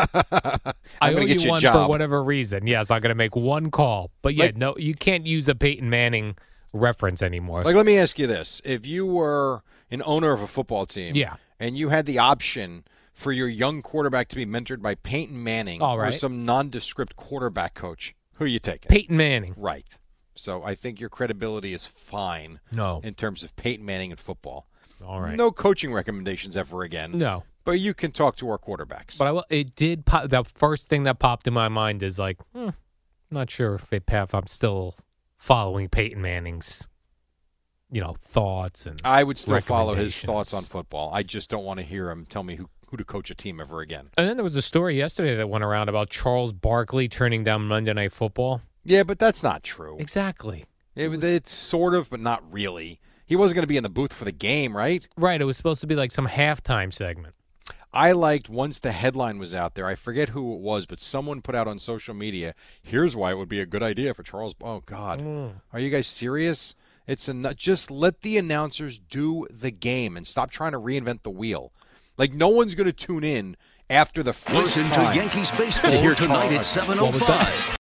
S2: owe
S1: I'm gonna get you a
S2: one
S1: job.
S2: for whatever reason. Yes, I'm going to make one call. But yeah,
S1: Like-
S2: no, you can't use a Peyton Manning reference anymore.
S1: Like, let me ask you this: If you were an owner of a football team,
S2: Yeah.
S1: and you had the option for your young quarterback to be mentored by Peyton Manning
S2: All
S1: or
S2: right.
S1: some nondescript quarterback coach, who are you taking?
S2: Peyton Manning.
S1: Right. So I think your credibility is fine
S2: No.
S1: in terms of Peyton Manning and football.
S2: All right.
S1: No coaching recommendations ever again.
S2: No.
S1: But you can talk to our quarterbacks.
S2: But I will, it did pop. The first thing that popped in my mind is like, hmm, not sure if it, if I'm still following Peyton Manning's, you know, thoughts and
S1: I would still follow his thoughts on
S2: recommendations.
S1: football. I just don't want to hear him tell me who, who to coach a team ever again.
S2: And then there was a story yesterday that went around about Charles Barkley turning down Monday Night Football.
S1: Yeah, but that's not true.
S2: Exactly.
S1: It, it's sort of, but not really. He wasn't going to be in the booth for the game, right?
S2: Right. It was supposed to be like some halftime segment.
S1: I liked once the headline was out there. I forget who it was, but someone put out on social media. Here's why it would be a good idea for Charles. Oh God, are you guys serious? It's a nut. Just let the announcers do the game and stop trying to reinvent the wheel. Like no one's going to tune in after the first
S7: Listen to
S1: time
S7: Yankees
S1: hear
S7: baseball
S1: Charles-
S7: tonight at
S1: What was that?
S7: 7:05.